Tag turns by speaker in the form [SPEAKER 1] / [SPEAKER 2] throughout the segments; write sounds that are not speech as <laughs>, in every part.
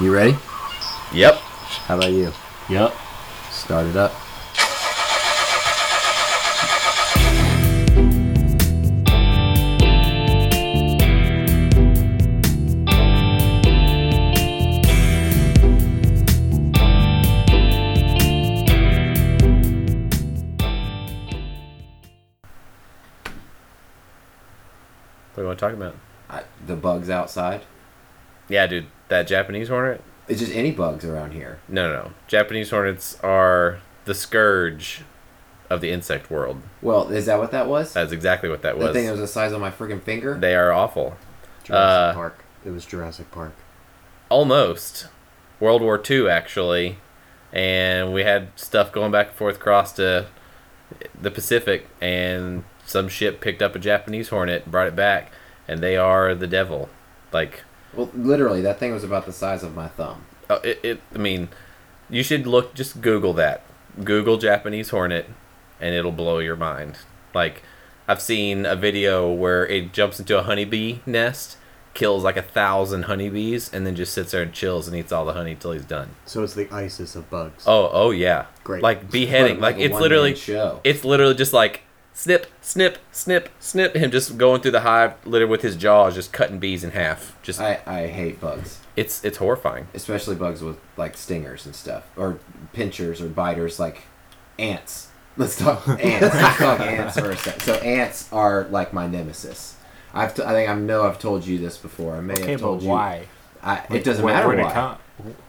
[SPEAKER 1] You ready?
[SPEAKER 2] Yep.
[SPEAKER 1] How about you?
[SPEAKER 3] Yep.
[SPEAKER 1] Start it up.
[SPEAKER 2] What do you want to talk about?
[SPEAKER 1] I, the bugs outside.
[SPEAKER 2] Yeah, dude, that Japanese hornet.
[SPEAKER 1] It's just any bugs around here.
[SPEAKER 2] No, no, no. Japanese hornets are the scourge of the insect world.
[SPEAKER 1] Well, is that what that was?
[SPEAKER 2] That's exactly what that
[SPEAKER 1] the
[SPEAKER 2] was.
[SPEAKER 1] thing that was the size of my freaking finger.
[SPEAKER 2] They are awful.
[SPEAKER 4] Jurassic
[SPEAKER 2] Uh,
[SPEAKER 4] Park. It was Jurassic Park.
[SPEAKER 2] Almost. World War II, actually. And we had stuff going back and forth across to the Pacific, and some ship picked up a Japanese hornet, brought it back, and they are the devil. Like,
[SPEAKER 1] well, literally, that thing was about the size of my thumb.
[SPEAKER 2] Uh, it, it, I mean, you should look. Just Google that. Google Japanese hornet, and it'll blow your mind. Like, I've seen a video where it jumps into a honeybee nest, kills like a thousand honeybees, and then just sits there and chills and eats all the honey till he's done.
[SPEAKER 4] So it's the ISIS of bugs.
[SPEAKER 2] Oh, oh yeah.
[SPEAKER 4] Great.
[SPEAKER 2] Like beheading.
[SPEAKER 1] Like
[SPEAKER 2] Like
[SPEAKER 1] a
[SPEAKER 2] it's
[SPEAKER 1] one-man
[SPEAKER 2] literally.
[SPEAKER 1] show.
[SPEAKER 2] It's literally just like snip, snip, snip, snip. Him just going through the hive, littered with his jaws, just cutting bees in half. Just
[SPEAKER 1] I, I hate bugs,
[SPEAKER 2] it's it's horrifying.
[SPEAKER 1] especially bugs with like stingers and stuff, or pinchers or biters, like ants. Let's talk <laughs> ants. Let's talk ants for a sec. So ants are like my nemesis. I've t- I think I know I've told you this before. I may
[SPEAKER 3] Okay,
[SPEAKER 1] have
[SPEAKER 3] but
[SPEAKER 1] told you.
[SPEAKER 3] why?
[SPEAKER 1] I, it doesn't
[SPEAKER 3] Where-
[SPEAKER 1] matter
[SPEAKER 3] where'd it
[SPEAKER 1] why.
[SPEAKER 3] Come,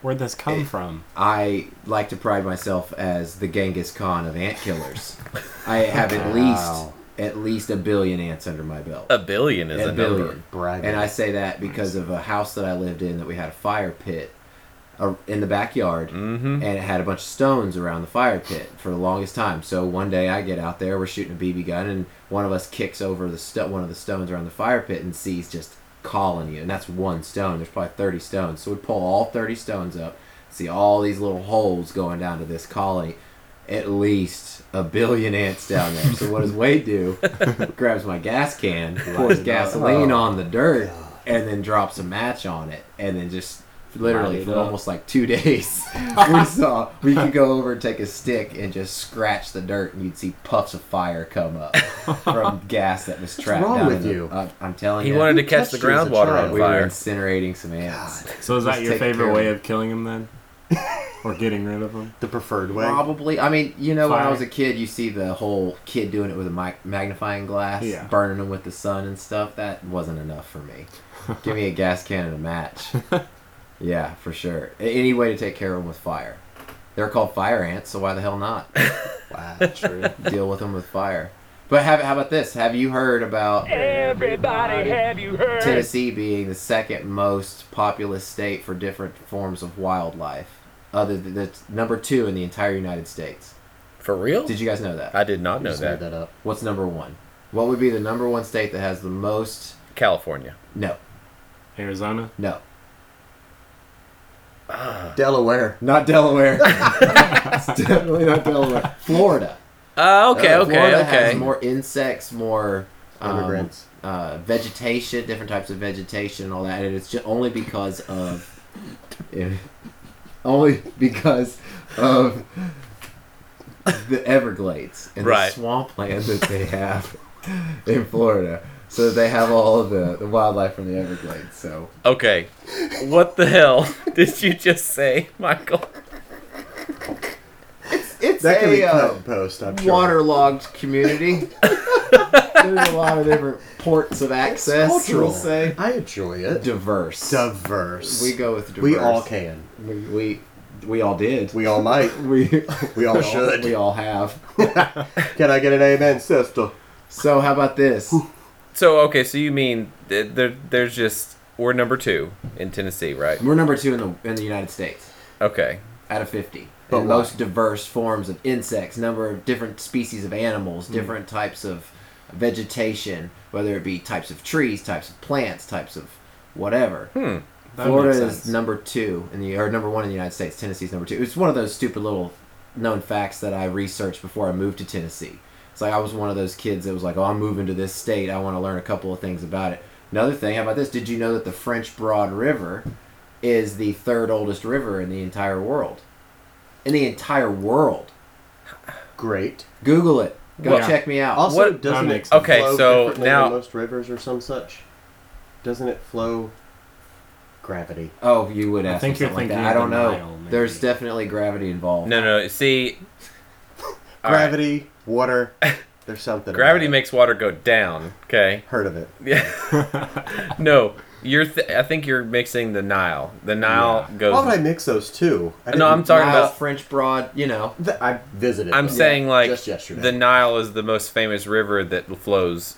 [SPEAKER 3] where'd this come from?
[SPEAKER 1] I like to pride myself as the Genghis Khan of ant killers. I have at least
[SPEAKER 4] Wow.
[SPEAKER 1] at least a billion ants under my belt.
[SPEAKER 2] A billion is
[SPEAKER 1] A
[SPEAKER 2] a,
[SPEAKER 1] billion.
[SPEAKER 2] number.
[SPEAKER 4] Bragging.
[SPEAKER 1] And I say that because of a house that I lived in that we had a fire pit uh, in the backyard, and it had a bunch of stones around the fire pit for the longest time. So one day I get out there, we're shooting a BB gun, and one of us kicks over the sto- one of the stones around the fire pit and sees just calling you, and that's one stone. There's probably 30 stones, so we pull all 30 stones up, see all these little holes going down to this colony. At least a billion ants down there. So what does Wade do? Grabs my gas can, pours
[SPEAKER 4] it up.
[SPEAKER 1] gasoline
[SPEAKER 4] Oh.
[SPEAKER 1] on the dirt and then drops a match on it and then just literally
[SPEAKER 3] Light it
[SPEAKER 1] for
[SPEAKER 3] up.
[SPEAKER 1] almost like two <laughs> days
[SPEAKER 4] <laughs>
[SPEAKER 1] we saw we could go over and take a stick and just scratch the dirt and you'd see puffs of fire come up from gas that was trapped
[SPEAKER 4] wrong
[SPEAKER 1] down
[SPEAKER 4] with
[SPEAKER 1] in the-
[SPEAKER 4] you?
[SPEAKER 1] uh, i'm telling
[SPEAKER 2] He
[SPEAKER 1] you
[SPEAKER 2] wanted to
[SPEAKER 4] Who
[SPEAKER 2] catch the
[SPEAKER 4] touched you as a
[SPEAKER 2] groundwater
[SPEAKER 4] child?
[SPEAKER 2] on
[SPEAKER 1] we were
[SPEAKER 2] fire.
[SPEAKER 1] incinerating some ants
[SPEAKER 3] So is that
[SPEAKER 1] Let's
[SPEAKER 3] your
[SPEAKER 1] take
[SPEAKER 3] favorite
[SPEAKER 1] care of
[SPEAKER 3] way
[SPEAKER 1] it.
[SPEAKER 3] of killing them then, or getting rid of them?
[SPEAKER 4] the preferred way.
[SPEAKER 1] Probably. I mean, you know, when I
[SPEAKER 3] Fire.
[SPEAKER 1] was a kid, you see the whole kid doing it with a mic- magnifying glass,
[SPEAKER 3] Yeah.
[SPEAKER 1] burning them with the sun and stuff. That wasn't enough for me. Give me a gas can and a match. yeah, for sure. A- Any way to take care of them with fire. They're called fire ants, so why the hell not <laughs>
[SPEAKER 4] Wow, true.
[SPEAKER 1] deal with them with fire? But have, how about this? Have you heard about
[SPEAKER 5] Everybody, have you heard?
[SPEAKER 1] Tennessee being the second most populous state for different forms of wildlife? Other than that's number two in the entire United States.
[SPEAKER 2] For real?
[SPEAKER 1] Did you guys know that?
[SPEAKER 2] I did not know
[SPEAKER 4] Just made
[SPEAKER 2] that.
[SPEAKER 4] that up.
[SPEAKER 1] What's number one? What would be the number one state that has the most?
[SPEAKER 2] California.
[SPEAKER 1] No,
[SPEAKER 3] Arizona.
[SPEAKER 1] no,
[SPEAKER 4] Ah. Delaware.
[SPEAKER 1] not Delaware. <laughs> It's definitely not Delaware. Florida.
[SPEAKER 2] Oh, okay,
[SPEAKER 1] Uh,
[SPEAKER 2] okay,
[SPEAKER 1] Florida
[SPEAKER 2] okay.
[SPEAKER 1] Has more insects, more um,
[SPEAKER 4] Immigrants.
[SPEAKER 1] uh, vegetation, different types of vegetation, and all that. And it's just only because of, <laughs> only because of the Everglades and
[SPEAKER 2] Right.
[SPEAKER 1] the swampland that they have in Florida. So they have all the, the wildlife from the Everglades. So
[SPEAKER 2] Okay. What the hell <laughs> did you just say, <laughs> Michael?
[SPEAKER 1] it's
[SPEAKER 4] That could
[SPEAKER 1] a
[SPEAKER 4] be cut
[SPEAKER 1] uh,
[SPEAKER 4] and post. I'm sure.
[SPEAKER 1] waterlogged
[SPEAKER 4] <laughs>
[SPEAKER 1] community. There's a lot of different ports of access.
[SPEAKER 4] Cultural.
[SPEAKER 1] We'll say
[SPEAKER 4] I enjoy it.
[SPEAKER 1] diverse.
[SPEAKER 4] diverse.
[SPEAKER 1] We go with diverse.
[SPEAKER 4] We all can.
[SPEAKER 1] We we, we all did.
[SPEAKER 4] We all might.
[SPEAKER 1] <laughs> we
[SPEAKER 4] We all should.
[SPEAKER 1] We all have.
[SPEAKER 4] Can I get an amen, sister?
[SPEAKER 1] So how about this?
[SPEAKER 2] So, okay, so you mean th- there, there's just we're number two in Tennessee, right?
[SPEAKER 1] We're number two in the in the United States
[SPEAKER 2] Okay.
[SPEAKER 1] out of fifty.
[SPEAKER 4] But
[SPEAKER 1] in
[SPEAKER 4] why?
[SPEAKER 1] most diverse forms of insects, number of different species of animals,
[SPEAKER 4] Hmm.
[SPEAKER 1] different types of vegetation, whether it be types of trees, types of plants, types of whatever.
[SPEAKER 3] That
[SPEAKER 1] Florida
[SPEAKER 3] makes
[SPEAKER 1] is
[SPEAKER 3] sense.
[SPEAKER 1] number two in the or number one in the United States. Tennessee's number two. It's one of those stupid little known facts that I researched before I moved to Tennessee. It's like I was one of those kids that was like, "Oh, I'm moving to this state. I want to learn a couple of things about it." Another thing, how about this? Did you know that the French Broad River is the third oldest river in the entire world. In the entire world.
[SPEAKER 4] Great.
[SPEAKER 1] Google it. Go
[SPEAKER 3] Yeah.
[SPEAKER 1] check me out.
[SPEAKER 4] Also,
[SPEAKER 2] What-
[SPEAKER 4] doesn't
[SPEAKER 3] That
[SPEAKER 4] it
[SPEAKER 3] makes sense.
[SPEAKER 2] Okay,
[SPEAKER 4] flow
[SPEAKER 2] so
[SPEAKER 4] differently than
[SPEAKER 2] now-
[SPEAKER 4] most rivers or some such? Doesn't it flow gravity?
[SPEAKER 1] oh, you would
[SPEAKER 3] I
[SPEAKER 1] ask I
[SPEAKER 3] think you're
[SPEAKER 1] something like
[SPEAKER 3] thinking
[SPEAKER 1] that. I don't
[SPEAKER 3] of
[SPEAKER 1] know.
[SPEAKER 3] the Nile, maybe.
[SPEAKER 1] There's definitely gravity involved.
[SPEAKER 2] No, no. See, All right.
[SPEAKER 4] Gravity,
[SPEAKER 2] <laughs>
[SPEAKER 4] water. There's something.
[SPEAKER 2] gravity
[SPEAKER 4] about it.
[SPEAKER 2] makes water go down. Okay.
[SPEAKER 4] heard of it.
[SPEAKER 2] Yeah. no, you're. Th- I think you're mixing the Nile. The Nile goes.
[SPEAKER 4] Why would I mix those two? I
[SPEAKER 2] No, I'm
[SPEAKER 4] didn't-
[SPEAKER 2] talking
[SPEAKER 1] Nile,
[SPEAKER 2] about
[SPEAKER 1] French Broad, you know.
[SPEAKER 4] Th- I visited.
[SPEAKER 2] I'm
[SPEAKER 4] them.
[SPEAKER 2] saying
[SPEAKER 4] Yeah,
[SPEAKER 2] like
[SPEAKER 4] just yesterday.
[SPEAKER 2] the Nile is the most famous river that flows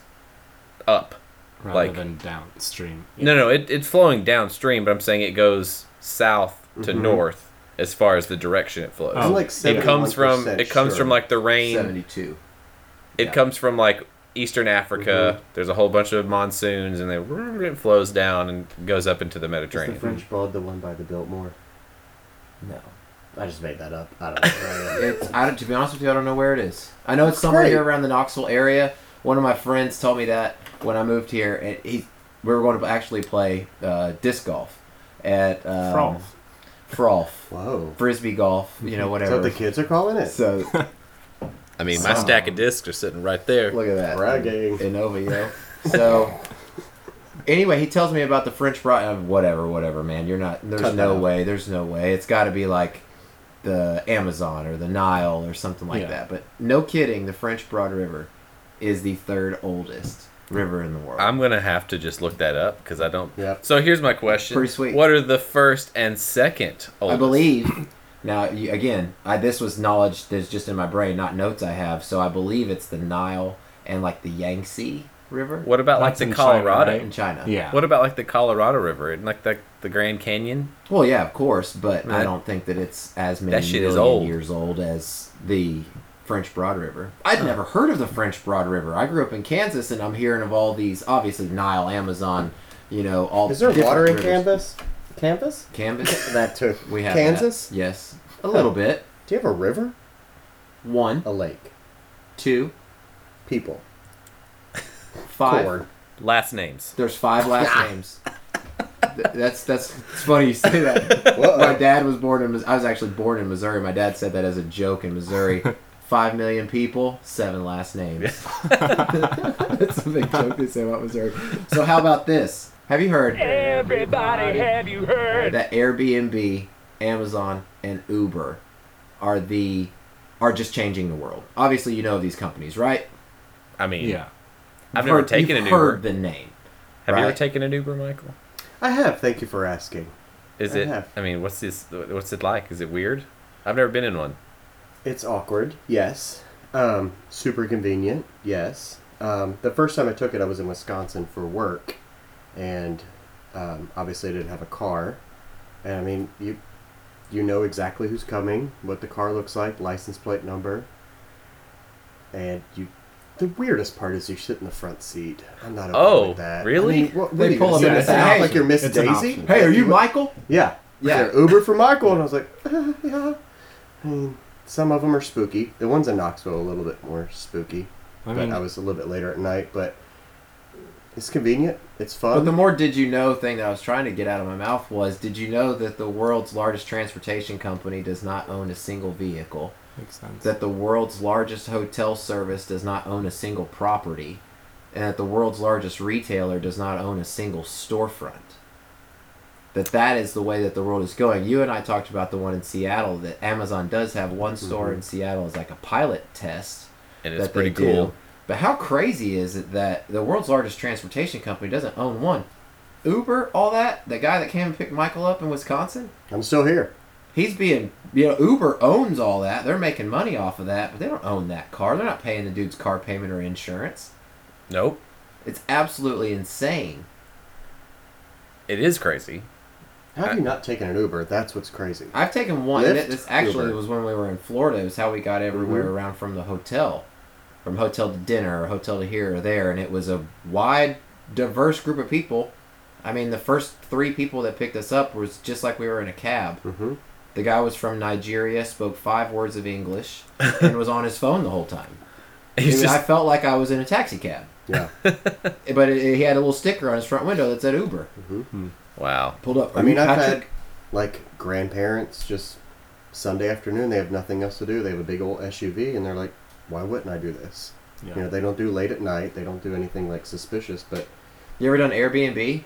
[SPEAKER 2] up.
[SPEAKER 3] rather
[SPEAKER 2] Like-
[SPEAKER 3] than downstream.
[SPEAKER 2] No, no, it, it's flowing downstream, but I'm saying it goes south to north as far as the direction it flows.
[SPEAKER 4] I'm Mm-hmm.
[SPEAKER 3] Oh.
[SPEAKER 4] like
[SPEAKER 2] it comes from
[SPEAKER 4] 71%
[SPEAKER 2] it comes
[SPEAKER 4] sure.
[SPEAKER 2] from like the rain.
[SPEAKER 1] 72.
[SPEAKER 2] It
[SPEAKER 4] yeah. Mm-hmm.
[SPEAKER 2] comes from like eastern Africa. There's a whole bunch of monsoons, and then it flows down and goes up into the
[SPEAKER 4] Is the
[SPEAKER 2] Mediterranean.
[SPEAKER 4] French Broad the one by the Biltmore?
[SPEAKER 1] No.
[SPEAKER 4] I just made that up. I don't
[SPEAKER 1] <laughs>
[SPEAKER 4] know.
[SPEAKER 1] It's, I don't, to be honest with you, I don't know where it is. I know it's somewhere
[SPEAKER 4] Great.
[SPEAKER 1] here around the Knoxville area. One of my friends told me that when I moved here, and he, we were going to actually play uh, disc golf at um,
[SPEAKER 3] Froth.
[SPEAKER 1] Froth.
[SPEAKER 4] Whoa.
[SPEAKER 1] frisbee golf, you know,
[SPEAKER 4] So
[SPEAKER 1] whatever.
[SPEAKER 4] the kids are calling it.
[SPEAKER 1] So
[SPEAKER 2] I mean, my
[SPEAKER 1] So-
[SPEAKER 2] stack of discs are sitting right there.
[SPEAKER 1] look at that.
[SPEAKER 4] Bragging.
[SPEAKER 1] Innova, yo. So anyway, he tells me about the French fry. uh, Whatever, whatever, man. You're not. There's
[SPEAKER 4] Cut
[SPEAKER 1] no
[SPEAKER 4] that out.
[SPEAKER 1] way. There's no way. It's got to be like the Amazon or the Nile or something like
[SPEAKER 3] Yeah.
[SPEAKER 1] that. But no kidding, the French Broad River is the third oldest river in the world.
[SPEAKER 2] I'm gonna have to just look that up because I don't.
[SPEAKER 4] Yep.
[SPEAKER 2] So here's my question.
[SPEAKER 1] Pretty sweet.
[SPEAKER 2] What are the first and second? Oldest?
[SPEAKER 1] I believe. Now, you, again, I, this was knowledge that's just in my brain, not notes I have. So I believe it's the Nile and like the Yangtze River
[SPEAKER 2] What about like
[SPEAKER 3] That's
[SPEAKER 2] the
[SPEAKER 3] in
[SPEAKER 2] Colorado?
[SPEAKER 3] China,
[SPEAKER 1] in China.
[SPEAKER 3] Yeah.
[SPEAKER 2] What about like the Colorado River and like the the Grand Canyon?
[SPEAKER 1] Well, yeah, of course, but I
[SPEAKER 2] Right.
[SPEAKER 1] don't think that it's as many
[SPEAKER 2] shit is
[SPEAKER 1] million
[SPEAKER 2] old.
[SPEAKER 1] years old as the French Broad River.
[SPEAKER 2] Uh.
[SPEAKER 1] I'd never heard of the French Broad River. I grew up in Kansas, and I'm hearing of all these, obviously Nile, Amazon, you know, all.
[SPEAKER 4] Is there
[SPEAKER 1] different
[SPEAKER 4] water in
[SPEAKER 1] rivers.
[SPEAKER 4] Canvas? Canvas?
[SPEAKER 1] Canvas,
[SPEAKER 4] That too.
[SPEAKER 1] we have
[SPEAKER 4] Kansas.
[SPEAKER 1] that. Yes, a little bit.
[SPEAKER 4] Do you have a river?
[SPEAKER 1] One,
[SPEAKER 4] A lake?
[SPEAKER 1] two,
[SPEAKER 4] People?
[SPEAKER 1] five.
[SPEAKER 4] Corn?
[SPEAKER 2] Last names.
[SPEAKER 1] There's five
[SPEAKER 4] <laughs>
[SPEAKER 1] last names. Th- That's that's it's funny you say that. <laughs>
[SPEAKER 2] <laughs>
[SPEAKER 4] Whoa.
[SPEAKER 1] My dad was born in. Mis- I was actually born in Missouri. My dad said that as a joke in
[SPEAKER 2] <laughs>
[SPEAKER 1] Missouri. Five million people, seven last names. <laughs> That's a big joke they say about Missouri. So how about this? Have you heard
[SPEAKER 5] Everybody, have you heard?
[SPEAKER 1] that Airbnb, Amazon, and Uber are the are just changing the world? Obviously, you know these companies, right?
[SPEAKER 2] I mean,
[SPEAKER 3] Yeah.
[SPEAKER 2] I've
[SPEAKER 1] You've
[SPEAKER 2] never
[SPEAKER 1] heard-
[SPEAKER 2] taken
[SPEAKER 1] you've
[SPEAKER 2] an Uber.
[SPEAKER 1] Heard the name.
[SPEAKER 2] Have you ever
[SPEAKER 1] right?
[SPEAKER 2] taken an Uber, Michael?
[SPEAKER 4] I have. Thank you for asking.
[SPEAKER 2] Is
[SPEAKER 4] I
[SPEAKER 2] it?
[SPEAKER 4] have.
[SPEAKER 2] I mean, what's this? What's it like? Is it weird? I've never been in one.
[SPEAKER 4] It's awkward. Yes. Um, super convenient. Yes. Um, the first time I took it, I was in Wisconsin for work, and um, obviously I didn't have a car. And I mean, you you know exactly who's coming, what the car looks like, license plate number, and you. The weirdest part is you sit in the front seat. I'm not okay
[SPEAKER 2] Oh,
[SPEAKER 4] with that.
[SPEAKER 2] really?
[SPEAKER 4] I mean, what, what
[SPEAKER 1] They
[SPEAKER 4] are you
[SPEAKER 1] pull
[SPEAKER 4] gonna
[SPEAKER 1] up
[SPEAKER 4] say?
[SPEAKER 1] and
[SPEAKER 4] It's
[SPEAKER 1] say,
[SPEAKER 4] not
[SPEAKER 1] "Hey,
[SPEAKER 4] like you're Miss
[SPEAKER 3] it's an
[SPEAKER 4] Daisy.
[SPEAKER 3] option.
[SPEAKER 1] Hey, are you Michael?
[SPEAKER 4] Yeah.
[SPEAKER 1] Yeah.
[SPEAKER 4] They're Uber for Michael. And I was like, <laughs> "Uh, yeah. I mean, some of them are spooky. The ones in Knoxville are a little bit more spooky.
[SPEAKER 3] I
[SPEAKER 4] but
[SPEAKER 3] mean,
[SPEAKER 4] I was a little bit later at night, but it's convenient. It's
[SPEAKER 1] But
[SPEAKER 4] fun.
[SPEAKER 1] the more did you know thing that I was trying to get out of my mouth was did you know that the world's largest transportation company does not own a single vehicle?
[SPEAKER 3] makes sense.
[SPEAKER 1] That the world's largest hotel service does not own a single property? And that the world's largest retailer does not own a single storefront? That that is the way that the world is going. You and I talked about the one in Seattle that Amazon does have one store in Seattle as like a pilot test
[SPEAKER 2] And it's
[SPEAKER 1] that
[SPEAKER 2] pretty
[SPEAKER 1] they do.
[SPEAKER 2] cool.
[SPEAKER 1] But how crazy is it that the world's largest transportation company doesn't own one? Uber, all that, the guy that came and picked Michael up in Wisconsin,
[SPEAKER 4] I'm still here.
[SPEAKER 1] he's being, you know, Uber owns all that. They're making money off of that, but they don't own that car. They're not paying the dude's car payment or insurance.
[SPEAKER 2] Nope.
[SPEAKER 1] It's absolutely insane.
[SPEAKER 2] It is crazy. <laughs>
[SPEAKER 4] How have you not taken an Uber? That's what's crazy.
[SPEAKER 1] I've taken one.
[SPEAKER 4] Lyft,
[SPEAKER 1] this actually
[SPEAKER 4] Uber.
[SPEAKER 1] was when we were in Florida. It was how we got everywhere
[SPEAKER 4] Mhm.
[SPEAKER 1] around from the hotel, from hotel to dinner or hotel to here or there, and it was a wide, diverse group of people. I mean, the first three people that picked us up was just like we were in a cab.
[SPEAKER 4] Mm-hmm.
[SPEAKER 1] The guy was from Nigeria, spoke five words of
[SPEAKER 4] <laughs>
[SPEAKER 1] English, and was on his phone the whole time.
[SPEAKER 2] He's
[SPEAKER 1] It-
[SPEAKER 2] just
[SPEAKER 1] I felt like I was in a taxi cab,
[SPEAKER 4] Yeah.
[SPEAKER 1] <laughs> but it, it- he had a little sticker on his front window that said Uber.
[SPEAKER 4] Mhm.
[SPEAKER 2] Wow.
[SPEAKER 1] Pulled up.
[SPEAKER 4] I mean, I've
[SPEAKER 1] Patrick?
[SPEAKER 4] had like grandparents just Sunday afternoon. They have nothing else to do. They have a big old SUV, and they're like, "Why wouldn't I do this?"
[SPEAKER 3] Yeah.
[SPEAKER 4] You know, they don't do late at night. They don't do anything like suspicious. But
[SPEAKER 1] You ever done Airbnb?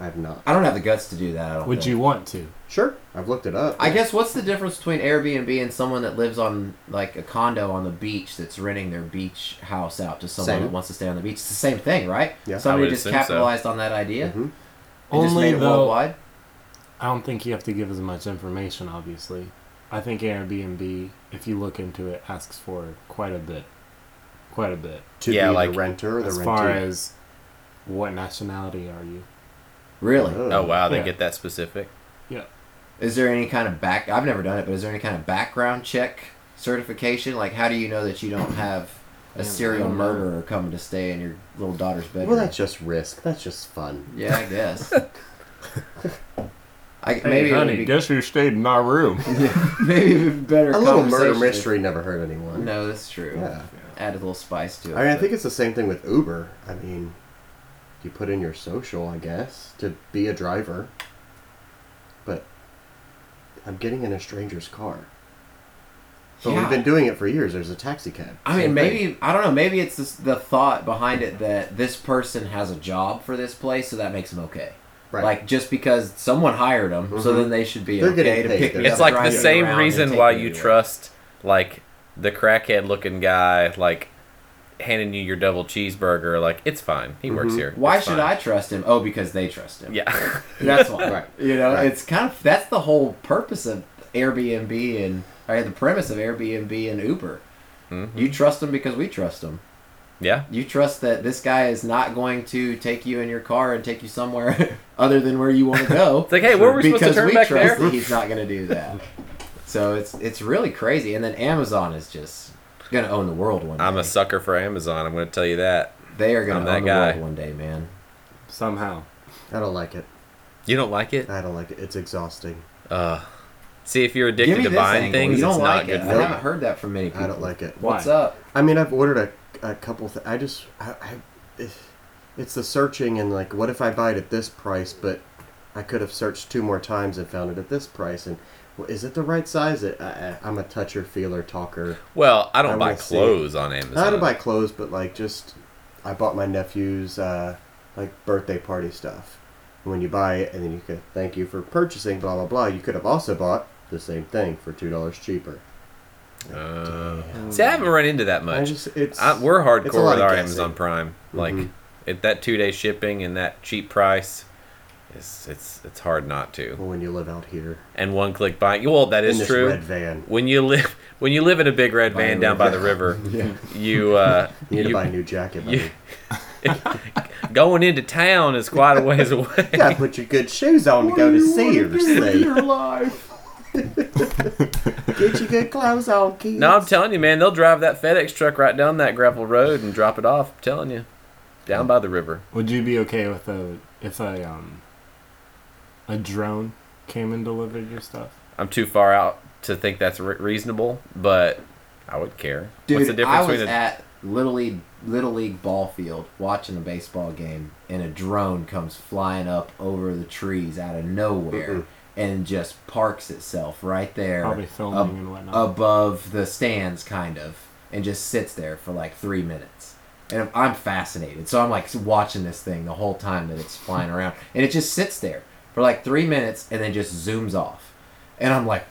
[SPEAKER 4] I have not.
[SPEAKER 1] I don't have the guts to do that. I don't
[SPEAKER 3] Would
[SPEAKER 1] think.
[SPEAKER 3] you want to?
[SPEAKER 4] Sure, I've looked it up.
[SPEAKER 1] I guess what's the difference between Airbnb and someone that lives on like a condo on the beach that's renting their beach house out to someone
[SPEAKER 4] Same.
[SPEAKER 1] that wants to stay on the beach? It's the same thing, right?
[SPEAKER 4] Yeah.
[SPEAKER 2] I
[SPEAKER 1] Somebody
[SPEAKER 2] would
[SPEAKER 1] just
[SPEAKER 2] assume so.
[SPEAKER 1] capitalized on that idea
[SPEAKER 4] Mhm.
[SPEAKER 1] and just made
[SPEAKER 3] Only
[SPEAKER 1] it
[SPEAKER 3] though
[SPEAKER 1] worldwide.
[SPEAKER 3] I don't think you have to give as much information. Obviously, I think Airbnb, if you look into it, asks for quite a bit, quite a bit.
[SPEAKER 4] to
[SPEAKER 2] Yeah,
[SPEAKER 4] be
[SPEAKER 2] like,
[SPEAKER 4] the renter or the
[SPEAKER 3] as
[SPEAKER 4] rentee.
[SPEAKER 3] far as what nationality are you?
[SPEAKER 1] Really?
[SPEAKER 2] Oh wow, they
[SPEAKER 3] Yeah.
[SPEAKER 2] get that specific.
[SPEAKER 3] Yeah.
[SPEAKER 1] Is there any kind of back? I've never done it, but is there any kind of background check certification? Like, how do you know that you don't have a
[SPEAKER 3] Yeah, I
[SPEAKER 1] serial
[SPEAKER 3] don't know.
[SPEAKER 1] murderer coming to stay in your little daughter's bedroom?
[SPEAKER 4] Well, that's just risk. That's just fun.
[SPEAKER 1] yeah, I
[SPEAKER 4] <laughs>
[SPEAKER 1] guess. I, maybe
[SPEAKER 3] Maybe
[SPEAKER 1] it would
[SPEAKER 3] honey,
[SPEAKER 1] be,
[SPEAKER 3] guess who stayed in my room?
[SPEAKER 1] <laughs> maybe it would be better.
[SPEAKER 4] A little murder
[SPEAKER 1] conversation if-
[SPEAKER 4] mystery never hurt anyone.
[SPEAKER 1] No, that's true.
[SPEAKER 4] Yeah.
[SPEAKER 1] Add a little spice to it.
[SPEAKER 4] I mean, I
[SPEAKER 1] but-
[SPEAKER 4] think it's the same thing with Uber. I mean, you put in your social, I guess, to be a driver. But I'm getting in a stranger's car. But
[SPEAKER 1] Yeah.
[SPEAKER 4] we've been doing it for years. There's a taxi cab.
[SPEAKER 1] I mean,
[SPEAKER 4] Same
[SPEAKER 1] maybe
[SPEAKER 4] thing.
[SPEAKER 1] I don't know. Maybe it's this, the thought behind it that this person has a job for this place, so that makes them okay.
[SPEAKER 4] Right.
[SPEAKER 1] Like just because someone hired them, so
[SPEAKER 4] Mhm.
[SPEAKER 1] then they should be
[SPEAKER 4] They're
[SPEAKER 1] okay
[SPEAKER 4] getting
[SPEAKER 1] to
[SPEAKER 4] paid.
[SPEAKER 1] pick.
[SPEAKER 4] They're
[SPEAKER 1] me
[SPEAKER 4] Yeah,
[SPEAKER 2] it's
[SPEAKER 1] up,
[SPEAKER 2] like the
[SPEAKER 1] drive me
[SPEAKER 2] same
[SPEAKER 1] around, and
[SPEAKER 2] reason
[SPEAKER 1] take
[SPEAKER 2] why
[SPEAKER 1] me
[SPEAKER 2] you
[SPEAKER 1] anywhere.
[SPEAKER 2] trust like the crackhead looking guy like handing you your double cheeseburger like it's fine he works
[SPEAKER 4] Mhm.
[SPEAKER 2] here
[SPEAKER 1] Mm-hmm. Why
[SPEAKER 2] It's
[SPEAKER 1] should
[SPEAKER 2] fine."
[SPEAKER 1] I trust him? Oh, because they trust him.
[SPEAKER 2] yeah <laughs>
[SPEAKER 4] <laughs>
[SPEAKER 1] that's why.
[SPEAKER 4] Right.
[SPEAKER 1] You know,
[SPEAKER 4] Right.
[SPEAKER 1] it's kind of that's the whole purpose of Airbnb and or the premise of Airbnb and Uber.
[SPEAKER 2] Mhm.
[SPEAKER 4] Mm-hmm.
[SPEAKER 1] You trust them because we trust them.
[SPEAKER 2] yeah
[SPEAKER 1] You trust that this guy is not going to take you in your car and take you somewhere <laughs> other than where you want to
[SPEAKER 2] <laughs>
[SPEAKER 1] go.
[SPEAKER 2] It's like, hey, where are we supposed to
[SPEAKER 1] because
[SPEAKER 2] turn
[SPEAKER 1] we
[SPEAKER 2] back
[SPEAKER 1] trust
[SPEAKER 2] there?
[SPEAKER 1] That he's not going to do that. so it's it's really crazy. And then Amazon is just going to own the world one day.
[SPEAKER 2] i'm a sucker for amazon i'm gonna tell you that
[SPEAKER 1] they are going
[SPEAKER 2] I'm
[SPEAKER 1] to
[SPEAKER 2] that
[SPEAKER 1] own
[SPEAKER 2] guy.
[SPEAKER 1] the world one day, man.
[SPEAKER 3] Somehow.
[SPEAKER 4] I don't like it.
[SPEAKER 2] you don't like it
[SPEAKER 4] I don't like it. It's exhausting.
[SPEAKER 2] uh see if you're
[SPEAKER 1] Give me
[SPEAKER 2] addicted to
[SPEAKER 1] this
[SPEAKER 2] buying
[SPEAKER 1] angle.
[SPEAKER 2] things
[SPEAKER 1] You
[SPEAKER 2] it's
[SPEAKER 1] don't
[SPEAKER 2] not
[SPEAKER 1] like
[SPEAKER 2] good
[SPEAKER 1] it.
[SPEAKER 2] for
[SPEAKER 1] I
[SPEAKER 2] you.
[SPEAKER 1] haven't heard that from many people.
[SPEAKER 4] I don't like it.
[SPEAKER 1] What's
[SPEAKER 3] Why?
[SPEAKER 1] up?
[SPEAKER 4] I mean, I've ordered a, a couple. Th- I just I, I it's the searching and like, what if I buy it at this price, but I could have searched two more times and found it at this price, and well, is it the right size? It, I, I- I'm a toucher, feeler, talker.
[SPEAKER 2] well i don't
[SPEAKER 4] I
[SPEAKER 2] buy
[SPEAKER 4] wanna see it.
[SPEAKER 2] clothes on amazon
[SPEAKER 4] Not to buy clothes, but like just I bought my nephew's uh, like birthday party stuff. And When you buy it, and then you could thank you for purchasing, blah blah blah. You could have also bought the same thing for two dollars cheaper.
[SPEAKER 2] Uh, see i haven't run into that much
[SPEAKER 4] I just it's
[SPEAKER 2] I, we're hardcore
[SPEAKER 4] it's
[SPEAKER 2] with
[SPEAKER 4] a lot
[SPEAKER 2] our
[SPEAKER 4] of guessing.
[SPEAKER 2] Amazon Prime. Like
[SPEAKER 4] Mhm.
[SPEAKER 2] at that two day shipping and that cheap price, it's it's it's hard not to.
[SPEAKER 4] Well, when you live out here
[SPEAKER 2] And one click buying. Well, that
[SPEAKER 4] in
[SPEAKER 2] is
[SPEAKER 4] this
[SPEAKER 2] true.
[SPEAKER 4] red van.
[SPEAKER 2] When you live when you live in a big red
[SPEAKER 1] By
[SPEAKER 2] van
[SPEAKER 1] the
[SPEAKER 2] down by the
[SPEAKER 1] river.
[SPEAKER 4] <laughs>
[SPEAKER 2] river, you uh,
[SPEAKER 4] You need
[SPEAKER 2] you-
[SPEAKER 4] to buy a new jacket, buddy.
[SPEAKER 2] you- going into town is quite a
[SPEAKER 4] <laughs>
[SPEAKER 2] ways away.
[SPEAKER 4] You gotta put your good shoes on to go to Sears. Lee. Get your good clothes on, kids.
[SPEAKER 2] No, I'm telling you, man, they'll drive that FedEx truck right down that gravel road and drop it off. I'm telling you, down by the river.
[SPEAKER 3] Would you be okay with a if a um a drone came and delivered your stuff?
[SPEAKER 2] I'm too far out to think that's re- reasonable, but I would care.
[SPEAKER 1] Dude,
[SPEAKER 2] What's the difference
[SPEAKER 1] I was
[SPEAKER 2] between a,
[SPEAKER 1] at Little League Little League ball field watching a baseball game, and a drone comes flying up over the trees out of nowhere
[SPEAKER 4] Mhm.
[SPEAKER 1] and just parks itself right there,
[SPEAKER 3] Probably filming
[SPEAKER 1] ab-
[SPEAKER 3] and whatnot.
[SPEAKER 1] above the stands, kind of, and just sits there for like three minutes. And I'm fascinated, so I'm like watching this thing the whole time that it's flying
[SPEAKER 2] <laughs>
[SPEAKER 1] around, and it just sits there for like three minutes and then just zooms off, and I'm like.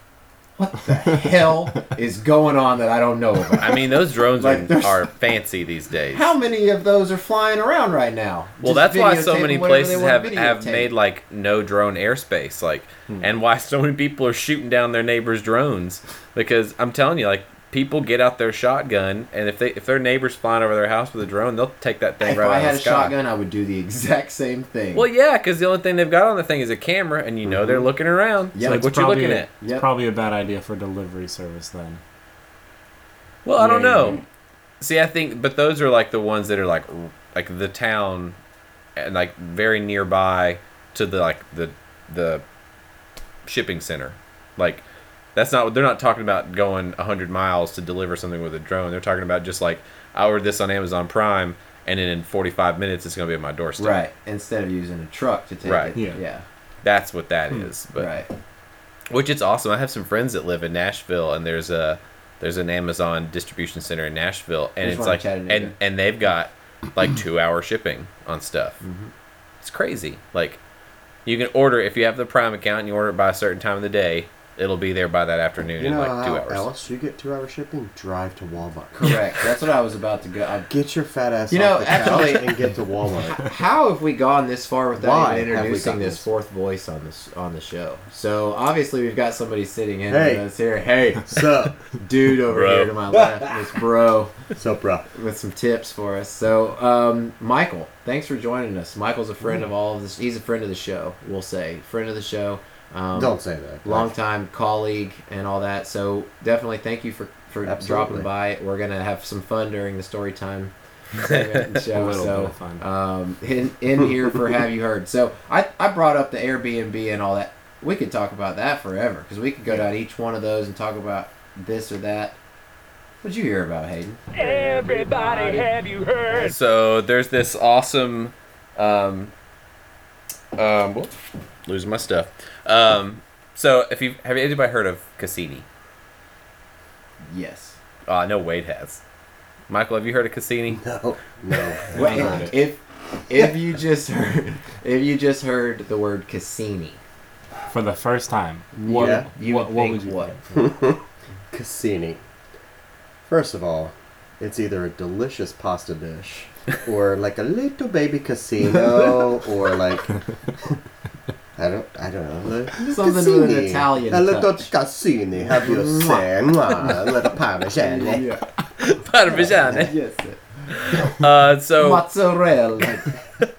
[SPEAKER 1] What
[SPEAKER 2] <laughs>
[SPEAKER 1] the hell is going on that I don't know about?
[SPEAKER 2] I mean, those drones
[SPEAKER 1] Like,
[SPEAKER 2] are,
[SPEAKER 1] there's-
[SPEAKER 2] are fancy these days.
[SPEAKER 1] How many of those are flying around right now?
[SPEAKER 2] well,
[SPEAKER 1] Just
[SPEAKER 2] that's why so
[SPEAKER 1] videotaping
[SPEAKER 2] many
[SPEAKER 1] whatever they
[SPEAKER 2] places have,
[SPEAKER 1] wanna
[SPEAKER 2] have
[SPEAKER 1] videotape.
[SPEAKER 2] made like no drone airspace, like, and why so many people are shooting down their neighbors' drones because I'm telling you, like, people get out their shotgun and if they if their neighbors flying over their house with a drone, they'll take that thing
[SPEAKER 1] If
[SPEAKER 2] right
[SPEAKER 1] I
[SPEAKER 2] out of
[SPEAKER 1] had
[SPEAKER 2] the
[SPEAKER 1] a
[SPEAKER 2] sky.
[SPEAKER 1] shotgun, I would do the exact same thing.
[SPEAKER 2] Well, yeah, because the only thing they've got on the thing is a camera, and you know they're looking around.
[SPEAKER 1] Yeah,
[SPEAKER 2] Yeah, like
[SPEAKER 3] it's
[SPEAKER 2] what you're
[SPEAKER 3] probably
[SPEAKER 2] looking
[SPEAKER 3] a-
[SPEAKER 2] at.
[SPEAKER 3] It's
[SPEAKER 1] Yep.
[SPEAKER 3] probably a bad idea for delivery service then.
[SPEAKER 2] Well, I don't
[SPEAKER 3] Yeah,
[SPEAKER 2] know.
[SPEAKER 3] yeah.
[SPEAKER 2] See, I think, but those are like the ones that are like, r- like the town, and like very nearby to the like the the shipping center. Like, that's not. They're not talking about going hundred miles to deliver something with a drone. They're talking about just like I ordered this on Amazon Prime, and then in 45 minutes it's going to be at my doorstep.
[SPEAKER 1] Right. Instead of using a truck to take
[SPEAKER 2] Right.
[SPEAKER 1] it.
[SPEAKER 3] Yeah.
[SPEAKER 1] Yeah.
[SPEAKER 2] That's what that is. But
[SPEAKER 1] right.
[SPEAKER 2] which it's awesome. I have some friends that live in Nashville, and there's a there's an Amazon distribution center in Nashville, and
[SPEAKER 1] There's
[SPEAKER 2] it's
[SPEAKER 1] one in
[SPEAKER 2] like
[SPEAKER 1] Chattanooga.
[SPEAKER 2] and and they've got like two hour shipping on stuff.
[SPEAKER 1] Mm-hmm.
[SPEAKER 2] It's crazy. Like you can order if you have the Prime account and you order it by a certain time of the day, it'll be there by that afternoon
[SPEAKER 4] You
[SPEAKER 2] in
[SPEAKER 4] know
[SPEAKER 2] like two
[SPEAKER 4] how
[SPEAKER 2] hours.
[SPEAKER 4] else you get two hour shipping? Drive to Walmart.
[SPEAKER 1] Correct. That's what I was about to go. I,
[SPEAKER 4] Get your fat ass
[SPEAKER 1] You know,
[SPEAKER 4] off the
[SPEAKER 1] actually-
[SPEAKER 4] couch and get to Walmart.
[SPEAKER 1] how have we gone this far without
[SPEAKER 4] Why have we
[SPEAKER 1] even introducing
[SPEAKER 4] gotten
[SPEAKER 1] this
[SPEAKER 4] this?
[SPEAKER 1] fourth voice on this on the show? So obviously we've got somebody sitting in
[SPEAKER 4] Hey.
[SPEAKER 1] with us here. Hey,
[SPEAKER 4] Sup?
[SPEAKER 1] dude over
[SPEAKER 2] Bro.
[SPEAKER 1] here to my left, this bro
[SPEAKER 4] Sup, bro?
[SPEAKER 1] with some tips for us. So um, Michael, thanks for joining us. Michael's a friend of all of this. He's a friend of the show. We'll say friend of the show. Um,
[SPEAKER 4] Don't say that.
[SPEAKER 1] long time colleague and all that. So definitely thank you for for
[SPEAKER 4] Absolutely.
[SPEAKER 1] dropping by. We're gonna have some fun during the story
[SPEAKER 3] <laughs>
[SPEAKER 1] time segment and
[SPEAKER 3] A
[SPEAKER 1] show.
[SPEAKER 3] little
[SPEAKER 1] so
[SPEAKER 3] bit of fun.
[SPEAKER 1] um, in in here for have you heard? So I I brought up the Airbnb and all that. We could talk about that forever because we could go down each one of those and talk about this or that. What'd you hear about Hayden?
[SPEAKER 5] Everybody, have you heard?
[SPEAKER 2] So there's this awesome, um, um, whoop, losing my stuff. Um, so if you have anybody heard of Cassini?
[SPEAKER 1] Yes.
[SPEAKER 2] Oh, I know Wade has. Michael, have you heard of Cassini? <laughs>
[SPEAKER 4] No, no.
[SPEAKER 1] Well,
[SPEAKER 3] I heard it.
[SPEAKER 1] if if you just heard if you just heard the word Cassini,
[SPEAKER 3] For the first time,
[SPEAKER 4] What- Yeah.
[SPEAKER 1] you
[SPEAKER 3] what-
[SPEAKER 1] would
[SPEAKER 3] what
[SPEAKER 1] think
[SPEAKER 3] would you
[SPEAKER 1] what?
[SPEAKER 4] Cassini. First of all, it's either a delicious
[SPEAKER 1] <laughs>
[SPEAKER 4] pasta dish, or like a little baby casino, or like I don't, I don't know, the-
[SPEAKER 1] Something with an Italian
[SPEAKER 4] a little
[SPEAKER 1] touch.
[SPEAKER 4] cassini. Have you seen Mwah, a little
[SPEAKER 1] <laughs>
[SPEAKER 4] parmesan?
[SPEAKER 1] Yeah.
[SPEAKER 3] <laughs>
[SPEAKER 2] Parmesan.
[SPEAKER 1] yes.
[SPEAKER 2] Uh, so
[SPEAKER 1] Mozzarella.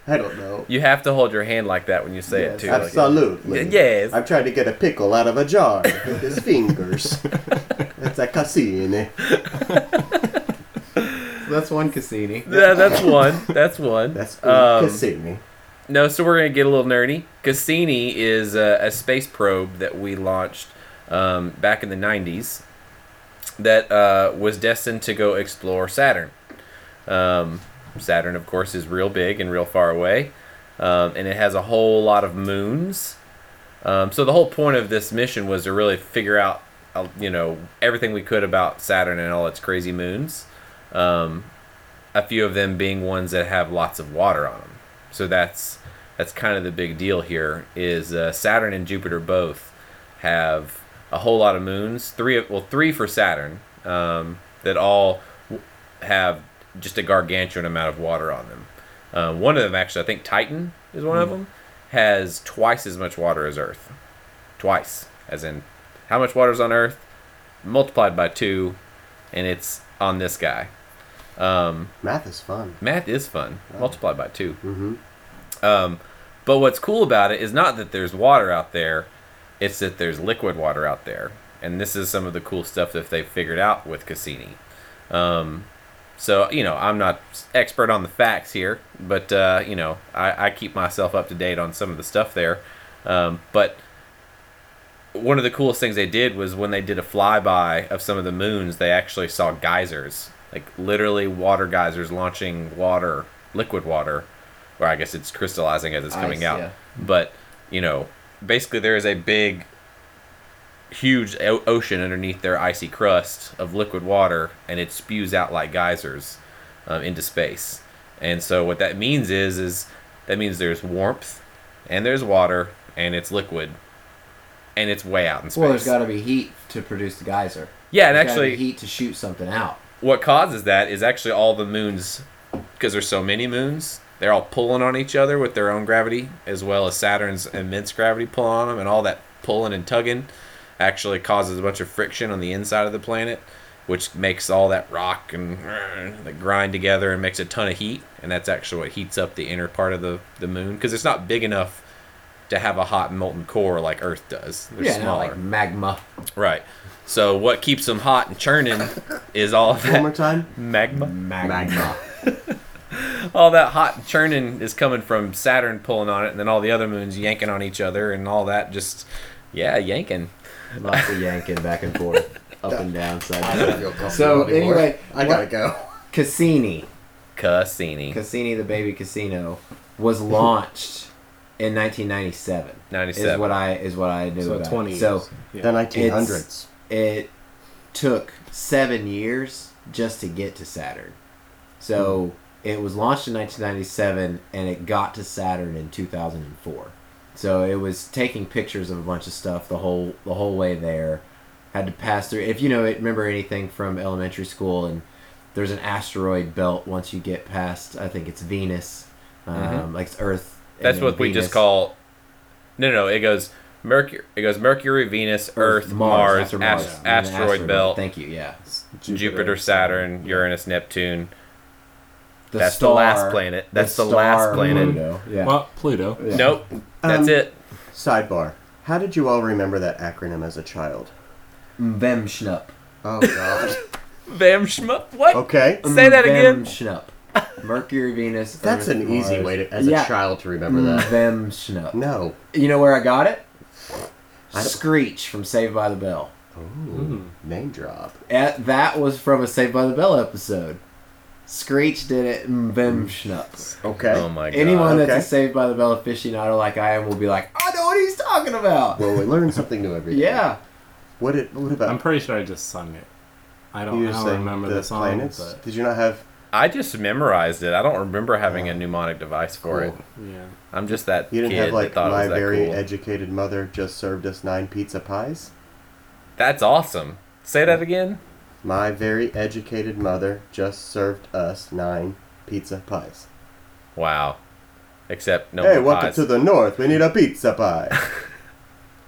[SPEAKER 4] I don't know.
[SPEAKER 2] you have to hold your hand like that when you say
[SPEAKER 1] Yes,
[SPEAKER 2] it too. like-
[SPEAKER 4] Absolutely.
[SPEAKER 2] Y- yes.
[SPEAKER 4] I'm trying to get a pickle out of a jar with
[SPEAKER 1] <laughs>
[SPEAKER 4] his fingers. It's a cassini.
[SPEAKER 1] That's one Cassini.
[SPEAKER 2] Yeah, that's one. That's one.
[SPEAKER 4] That's
[SPEAKER 2] Um,
[SPEAKER 4] cassini.
[SPEAKER 2] No, so we're gonna get a little nerdy. Cassini is a, a space probe that we launched um, back in the '90s that uh, was destined to go explore Saturn. Um, Saturn, of course, is real big and real far away, um, and it has a whole lot of moons. Um, so the whole point of this mission was to really figure out, uh, you know, everything we could about Saturn and all its crazy moons. Um, a few of them being ones that have lots of water on them. So that's that's kind of the big deal here. Is uh, Saturn and Jupiter both have a whole lot of moons. Three, of- well, three for Saturn um, that all w- have just a gargantuan amount of water on them. Uh, one of them, actually, I think Titan is one of them, has twice as much water as Earth. Twice, as in how much water is on Earth multiplied by two, and it's on this guy. Um,
[SPEAKER 4] Math is fun.
[SPEAKER 2] Math is fun. Multiplied by two.
[SPEAKER 4] Mm-hmm.
[SPEAKER 2] Um, but what's cool about it is not that there's water out there, it's that there's liquid water out there. And this is some of the cool stuff that they figured out with Cassini. Um, so, you know, I'm not expert on the facts here, but, uh, you know, I, I keep myself up to date on some of the stuff there. Um, but one of the coolest things they did was when they did a flyby of some of the moons, they actually saw geysers, like literally water geysers launching water, liquid water, or I guess it's crystallizing as it's coming
[SPEAKER 1] Ice,
[SPEAKER 2] out.
[SPEAKER 1] yeah.
[SPEAKER 2] But you know, basically there is a big, huge o- ocean underneath their icy crust of liquid water, and it spews out like geysers um, into space. And so what that means is, is that means there's warmth, and there's water, and it's liquid, and it's way out in space.
[SPEAKER 1] Well, there's got to be heat to produce the geyser.
[SPEAKER 2] yeah, and
[SPEAKER 1] There's gotta be
[SPEAKER 2] actually,
[SPEAKER 1] heat to shoot something out.
[SPEAKER 2] what causes that is actually all the moons, because there's so many moons, they're all pulling on each other with their own gravity, as well as Saturn's immense gravity pulling on them, and all that pulling and tugging actually causes a bunch of friction on the inside of the planet, which makes all that rock and <clears throat> that grind together and makes a ton of heat, and that's actually what heats up the inner part of the, the moon, because it's not big enough to have a hot molten core like Earth does. They're
[SPEAKER 1] yeah, not
[SPEAKER 2] smaller.
[SPEAKER 1] like magma.
[SPEAKER 2] Right. So what keeps them hot and churning is
[SPEAKER 1] <laughs>
[SPEAKER 2] all of
[SPEAKER 4] One more
[SPEAKER 2] that
[SPEAKER 4] time.
[SPEAKER 2] magma.
[SPEAKER 1] Magma.
[SPEAKER 2] All that hot churning is coming from Saturn pulling on it, and then all the other moons yanking on each other, and all that just, yeah, yanking.
[SPEAKER 1] Lots of yanking back and forth, up and down, side
[SPEAKER 4] I
[SPEAKER 1] to
[SPEAKER 4] don't
[SPEAKER 1] side.
[SPEAKER 4] feel comfortable
[SPEAKER 1] So,
[SPEAKER 4] anymore.
[SPEAKER 1] anyway,
[SPEAKER 4] I
[SPEAKER 1] what-
[SPEAKER 4] gotta go.
[SPEAKER 1] Cassini.
[SPEAKER 2] Cassini.
[SPEAKER 1] Cassini the Baby Casino was launched in 1997. Is
[SPEAKER 2] 97.
[SPEAKER 1] what I is what I knew
[SPEAKER 3] So
[SPEAKER 1] about. it.
[SPEAKER 3] twenty.
[SPEAKER 1] So
[SPEAKER 3] years. Yeah.
[SPEAKER 4] The 1900s.
[SPEAKER 1] it took seven years just to get to Saturn. So
[SPEAKER 2] Hmm.
[SPEAKER 1] it was launched in 1997 and it got to Saturn in 2004. So it was taking pictures of a bunch of stuff the whole the whole way there. Had to pass through. If you know, it, remember anything from elementary school, and there's an asteroid belt once you get past. I think it's Venus, um, like it's Earth. and
[SPEAKER 2] Mm-hmm. That's
[SPEAKER 1] then
[SPEAKER 2] what we just
[SPEAKER 1] Venus.
[SPEAKER 2] call. No, no, no. It goes Mercury. It goes Mercury, Venus, Earth, Mars,
[SPEAKER 1] after
[SPEAKER 2] ast-
[SPEAKER 1] and then
[SPEAKER 2] asteroid, belt,
[SPEAKER 1] Thank you. Yeah,
[SPEAKER 2] Jupiter, Saturn, Uranus, Neptune.
[SPEAKER 1] The
[SPEAKER 2] That's the last planet. That's the last
[SPEAKER 1] star
[SPEAKER 2] planet.
[SPEAKER 1] Pluto, Yeah.
[SPEAKER 3] Well, Pluto.
[SPEAKER 1] Yeah.
[SPEAKER 2] Nope, that's
[SPEAKER 4] Um,
[SPEAKER 2] it.
[SPEAKER 4] Sidebar. How did you all remember that acronym as a child?
[SPEAKER 1] Vem Schnupp.
[SPEAKER 4] Oh, God.
[SPEAKER 2] Bam shmup. What?
[SPEAKER 4] <laughs> okay.
[SPEAKER 3] Um,
[SPEAKER 2] Say that again.
[SPEAKER 1] Vem Schnupp. <laughs> Mercury, Venus.
[SPEAKER 4] That's
[SPEAKER 1] Earth,
[SPEAKER 4] an easy
[SPEAKER 1] Mars.
[SPEAKER 4] way to, as
[SPEAKER 1] Yeah.
[SPEAKER 4] a child to remember that.
[SPEAKER 1] Vem
[SPEAKER 3] Mm-hmm.
[SPEAKER 1] Schnupp.
[SPEAKER 4] No.
[SPEAKER 1] You know where I got it?
[SPEAKER 4] I don't-
[SPEAKER 1] Screech from Saved by the Bell.
[SPEAKER 3] Mm-hmm.
[SPEAKER 4] Ooh, Name drop.
[SPEAKER 1] Eh, That was from a Saved by the Bell episode. Screech did it. mm, Vem Schnupp.
[SPEAKER 4] Okay.
[SPEAKER 2] Oh my god.
[SPEAKER 1] Anyone that's
[SPEAKER 4] okay.
[SPEAKER 1] a Saved by the Bell aficionado like I am will be like, I know what he's talking about.
[SPEAKER 4] Well, we learn something new every day.
[SPEAKER 1] yeah.
[SPEAKER 4] What, it, what about
[SPEAKER 3] I'm pretty sure I just sung it. I don't,
[SPEAKER 4] Uh, you
[SPEAKER 3] I
[SPEAKER 4] just
[SPEAKER 3] don't
[SPEAKER 4] saying
[SPEAKER 3] remember
[SPEAKER 4] the
[SPEAKER 3] the, song,
[SPEAKER 4] planets?
[SPEAKER 3] but
[SPEAKER 4] Did you not have?
[SPEAKER 2] I just memorized it. I don't remember having a mnemonic device for it.
[SPEAKER 4] Cool.
[SPEAKER 3] yeah.
[SPEAKER 2] I'm just that
[SPEAKER 4] You didn't
[SPEAKER 2] kid
[SPEAKER 4] have like
[SPEAKER 2] that thought
[SPEAKER 4] my
[SPEAKER 2] it was that
[SPEAKER 4] very
[SPEAKER 2] cool.
[SPEAKER 4] educated mother just served us nine pizza pies.
[SPEAKER 2] That's awesome. Say that again.
[SPEAKER 4] My very educated mother just served us nine pizza pies.
[SPEAKER 2] Wow. Except no
[SPEAKER 4] hey,
[SPEAKER 2] more
[SPEAKER 4] welcome
[SPEAKER 2] pies.
[SPEAKER 4] to the north. We need a pizza pie.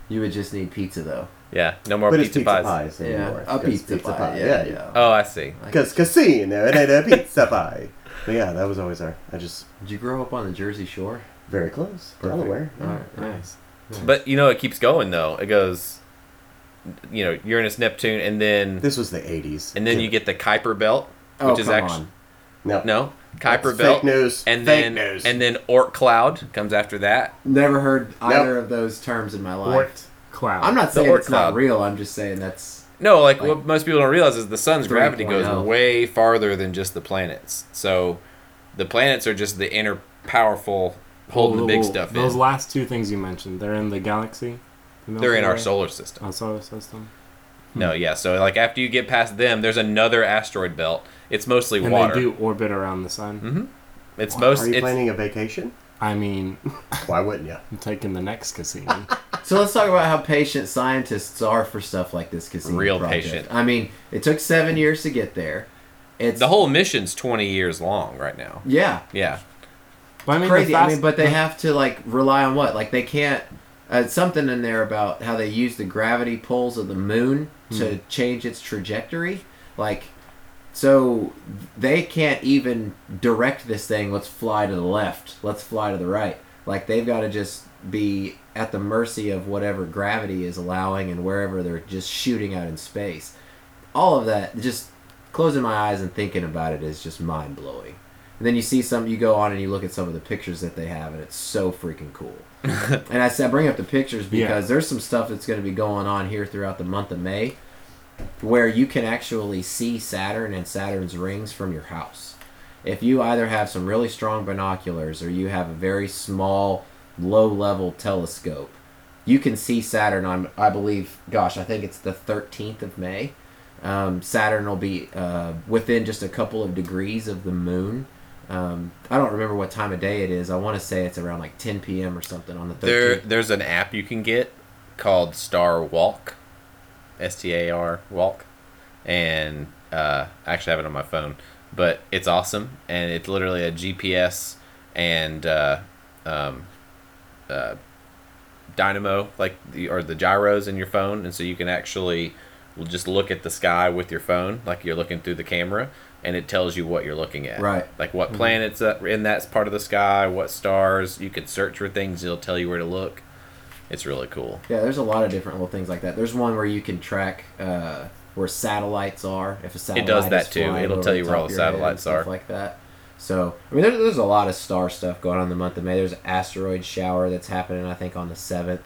[SPEAKER 1] You would just need pizza though.
[SPEAKER 2] yeah, no more
[SPEAKER 4] but it's
[SPEAKER 2] pizza,
[SPEAKER 4] pizza
[SPEAKER 2] pies.
[SPEAKER 4] pies, in the
[SPEAKER 1] Yeah.
[SPEAKER 4] north.
[SPEAKER 1] A
[SPEAKER 4] It's
[SPEAKER 1] pizza, pie. Yeah, yeah.
[SPEAKER 2] Oh, I see.
[SPEAKER 4] Because casino, it ain't a pizza pie. But yeah, that was always our. I just
[SPEAKER 1] Did you grow up on the Jersey Shore?
[SPEAKER 4] very close.
[SPEAKER 1] Perfect.
[SPEAKER 4] Delaware.
[SPEAKER 2] Mm.
[SPEAKER 1] All right.
[SPEAKER 3] Nice.
[SPEAKER 2] But you know, it keeps going though. It goes, you know, Uranus, Neptune, and then
[SPEAKER 4] This was the '80s.
[SPEAKER 2] and then you get the Kuiper Belt, which is actually
[SPEAKER 4] no,
[SPEAKER 2] no
[SPEAKER 4] That's
[SPEAKER 2] Kuiper
[SPEAKER 4] fake
[SPEAKER 2] Belt.
[SPEAKER 4] news.
[SPEAKER 2] And
[SPEAKER 4] Fake
[SPEAKER 2] then
[SPEAKER 4] news.
[SPEAKER 2] and then Oort Cloud comes after that.
[SPEAKER 1] Never heard either of those terms in my life.
[SPEAKER 3] Cloud.
[SPEAKER 1] I'm not
[SPEAKER 2] The
[SPEAKER 1] saying
[SPEAKER 2] Oort
[SPEAKER 1] it's not
[SPEAKER 2] cloud.
[SPEAKER 1] real. I'm just saying that's
[SPEAKER 2] No, like,
[SPEAKER 1] Like-
[SPEAKER 2] what most people don't realize is the sun's gravity goes
[SPEAKER 3] oh.
[SPEAKER 1] 3.0.
[SPEAKER 2] way farther than just the planets. So the planets are just the inner powerful holding the big
[SPEAKER 3] Well,
[SPEAKER 2] stuff
[SPEAKER 3] Those
[SPEAKER 2] in.
[SPEAKER 3] last two things you mentioned, they're in the galaxy. the Milky
[SPEAKER 2] They're in our
[SPEAKER 3] Way,
[SPEAKER 2] solar system.
[SPEAKER 3] Our solar system.
[SPEAKER 2] No, yeah. So like after you get past them, there's another asteroid belt. It's mostly
[SPEAKER 3] And
[SPEAKER 2] water. Hmm?
[SPEAKER 3] they do orbit around the sun.
[SPEAKER 2] It's
[SPEAKER 4] Are
[SPEAKER 2] most.
[SPEAKER 4] you
[SPEAKER 2] It's,
[SPEAKER 4] planning a vacation?
[SPEAKER 3] I mean, <laughs>
[SPEAKER 4] Why wouldn't you?
[SPEAKER 3] I'm taking the next
[SPEAKER 2] <laughs>
[SPEAKER 3] casino.
[SPEAKER 1] so. Let's talk about how patient scientists are for stuff like this. Casino
[SPEAKER 2] Real
[SPEAKER 1] project.
[SPEAKER 2] patient.
[SPEAKER 1] I mean, it took seven years to get there. It's
[SPEAKER 2] the whole mission's 20 years long right now.
[SPEAKER 1] yeah
[SPEAKER 2] Yeah.
[SPEAKER 3] But I mean, the
[SPEAKER 1] crazy. I
[SPEAKER 3] fast-
[SPEAKER 1] mean, but they have to like rely on what? Like they can't. Uh, something in there about how they use the gravity pulls of the moon
[SPEAKER 3] Hmm.
[SPEAKER 1] to change its trajectory. Like, so they can't even direct this thing. Let's fly to the left. Let's fly to the right. Like they've got to just be at the mercy of whatever gravity is allowing and wherever they're just shooting out in space. All of that just closing my eyes and thinking about it is just mind blowing. And then you see some, you go on and you look at some of the pictures that they have, and it's so freaking cool. and I said, I bring up the pictures
[SPEAKER 3] Yeah.
[SPEAKER 1] because there's some stuff that's going to be going on here throughout the month of May where you can actually see Saturn and Saturn's rings from your house. If you either have some really strong binoculars or you have a very small, low level telescope, you can see Saturn on, I believe, gosh, I think it's the 13th of May. Um, Saturn will be uh, within just a couple of degrees of the moon. Um, I don't remember what time of day it is. I want to say it's around like 10 p.m. or something on the 13th.
[SPEAKER 2] There, there's an app you can get called Star Walk, S T A R Walk, and uh, I actually have it on my phone. But it's awesome, and it's literally a GPS and uh, um, uh, dynamo, like the, or the gyros in your phone, and so you can actually just look at the sky with your phone, like you're looking through the camera, and it tells you what you're looking at.
[SPEAKER 1] Right.
[SPEAKER 2] Like what planets up in that part of the sky, what stars. You can search for things. It'll tell you where to look. It's really cool.
[SPEAKER 1] Yeah, there's a lot of different little things like that. There's one where you can track uh, where satellites are. If a satellite
[SPEAKER 2] does that
[SPEAKER 1] is
[SPEAKER 2] too.
[SPEAKER 1] flying
[SPEAKER 2] It'll
[SPEAKER 1] over
[SPEAKER 2] tell you
[SPEAKER 1] the
[SPEAKER 2] where
[SPEAKER 1] top
[SPEAKER 2] all the
[SPEAKER 1] of your head and
[SPEAKER 2] satellites
[SPEAKER 1] stuff
[SPEAKER 2] are.
[SPEAKER 1] like that. So I mean, there's, there's a lot of star stuff going on in the month of May. There's an asteroid shower that's happening, I think, on the seventh,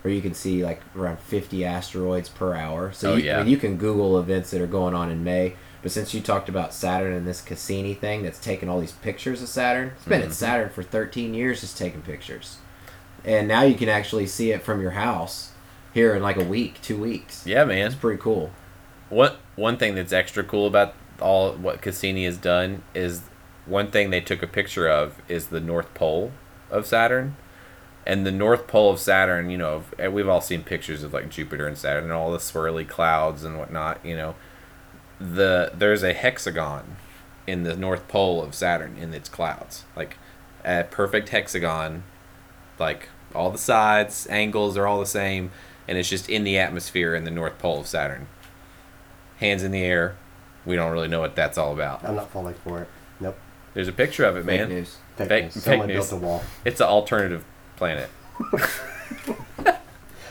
[SPEAKER 1] where you can see like around 50 asteroids per hour. So
[SPEAKER 2] Oh,
[SPEAKER 1] you,
[SPEAKER 2] yeah.
[SPEAKER 1] I mean, you can Google events that are going on in May. But since you talked about Saturn and this Cassini thing that's taking all these pictures of Saturn, it's
[SPEAKER 2] Mm-hmm.
[SPEAKER 1] been at Saturn for 13 years just taking pictures. And now you can actually see it from your house here in like a week, two weeks.
[SPEAKER 2] Yeah, man.
[SPEAKER 1] It's pretty cool.
[SPEAKER 2] One one thing that's extra cool about all what Cassini has done is one thing they took a picture of is the North Pole of Saturn, and the North Pole of Saturn. You know, and we've all seen pictures of like Jupiter and Saturn and all the swirly clouds and whatnot. You know, the there's a hexagon in the North Pole of Saturn in its clouds, like a perfect hexagon like all the sides angles are all the same and it's just in the atmosphere in the north pole of saturn hands in the air we don't really know what that's all about
[SPEAKER 4] I'm not falling for it. Nope.
[SPEAKER 2] there's a picture of it
[SPEAKER 1] Fake
[SPEAKER 2] man
[SPEAKER 1] news.
[SPEAKER 4] Fake,
[SPEAKER 2] Fake-
[SPEAKER 4] news.
[SPEAKER 2] fake
[SPEAKER 4] Someone
[SPEAKER 2] news.
[SPEAKER 4] built a wall.
[SPEAKER 2] it's an alternative planet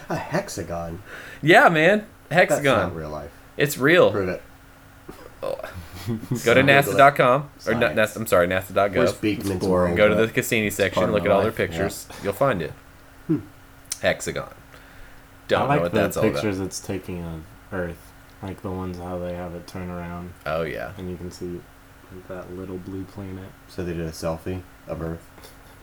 [SPEAKER 4] A hexagon.
[SPEAKER 2] yeah man
[SPEAKER 4] That's not
[SPEAKER 2] hexagon
[SPEAKER 4] real life.
[SPEAKER 2] it's real
[SPEAKER 4] Prove it.
[SPEAKER 2] go to
[SPEAKER 4] Science.
[SPEAKER 2] nasa.com or not
[SPEAKER 4] Science.
[SPEAKER 2] nasa, i'm sorry
[SPEAKER 4] Where's
[SPEAKER 2] nasa.gov
[SPEAKER 4] Beekman's
[SPEAKER 1] boring.
[SPEAKER 4] world?
[SPEAKER 2] go to the cassini section
[SPEAKER 1] part of
[SPEAKER 2] look
[SPEAKER 1] my
[SPEAKER 2] at all their
[SPEAKER 1] life, yeah. Hmm.
[SPEAKER 2] pictures you'll find it hexagon
[SPEAKER 3] I
[SPEAKER 2] don't know
[SPEAKER 3] like
[SPEAKER 2] what
[SPEAKER 3] the
[SPEAKER 2] that's all about
[SPEAKER 3] pictures it's taking of Earth, like the ones how they have it turn around
[SPEAKER 2] oh yeah
[SPEAKER 3] and you can see that little blue planet,
[SPEAKER 4] So they did a selfie of Earth.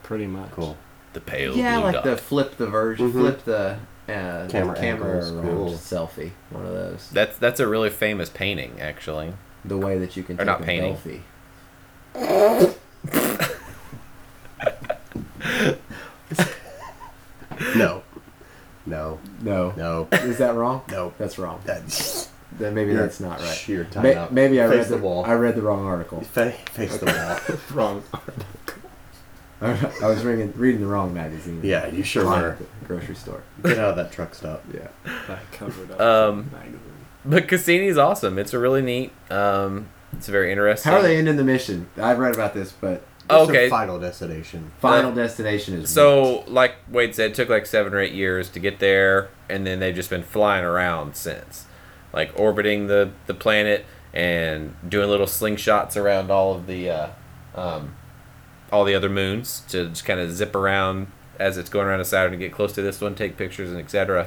[SPEAKER 3] pretty much.
[SPEAKER 4] Cool.
[SPEAKER 2] the pale
[SPEAKER 1] yeah,
[SPEAKER 2] blue
[SPEAKER 1] like
[SPEAKER 2] dot.
[SPEAKER 1] the flip the version,
[SPEAKER 4] Mhm.
[SPEAKER 1] flip the uh,
[SPEAKER 4] Camera
[SPEAKER 1] camera,
[SPEAKER 4] angles,
[SPEAKER 1] around
[SPEAKER 4] cool.
[SPEAKER 1] selfie. One of those.
[SPEAKER 2] That's that's a really famous painting, actually.
[SPEAKER 1] the way that you can
[SPEAKER 2] Or
[SPEAKER 1] take
[SPEAKER 2] not
[SPEAKER 1] a
[SPEAKER 2] painting.
[SPEAKER 1] selfie.
[SPEAKER 4] No. No.
[SPEAKER 1] No.
[SPEAKER 4] No.
[SPEAKER 1] Is that wrong?
[SPEAKER 4] No.
[SPEAKER 1] That's wrong.
[SPEAKER 4] That's
[SPEAKER 1] Then maybe
[SPEAKER 4] <laughs> You're-
[SPEAKER 1] that's not right.
[SPEAKER 4] You're time
[SPEAKER 1] Ma-
[SPEAKER 4] out.
[SPEAKER 1] maybe I
[SPEAKER 4] Face
[SPEAKER 1] read
[SPEAKER 4] the
[SPEAKER 1] the,
[SPEAKER 4] wall.
[SPEAKER 1] I read the wrong article. <laughs>
[SPEAKER 4] Fa- face the wall.
[SPEAKER 3] Wrong.
[SPEAKER 1] I was reading reading the wrong magazine.
[SPEAKER 4] Yeah, you sure
[SPEAKER 1] Line
[SPEAKER 4] were.
[SPEAKER 1] at the grocery store.
[SPEAKER 4] Get out of that truck stop.
[SPEAKER 1] Yeah.
[SPEAKER 3] That covered up
[SPEAKER 2] Um,
[SPEAKER 3] the magazine.
[SPEAKER 2] But Cassini's awesome. It's a really neat. Um, it's very interesting.
[SPEAKER 1] How are they ending the mission? I've read about this, but
[SPEAKER 4] What's your
[SPEAKER 2] Okay.
[SPEAKER 4] Final destination.
[SPEAKER 1] final
[SPEAKER 2] Uh,
[SPEAKER 1] destination is
[SPEAKER 2] So, like Wade said, it took like seven or eight years to get there, and then they've just been flying around since, like orbiting the the planet and doing little slingshots around all of the, uh, um, all the other moons to just kind of zip around as it's going around a Saturn to get close to this one, take pictures and etc.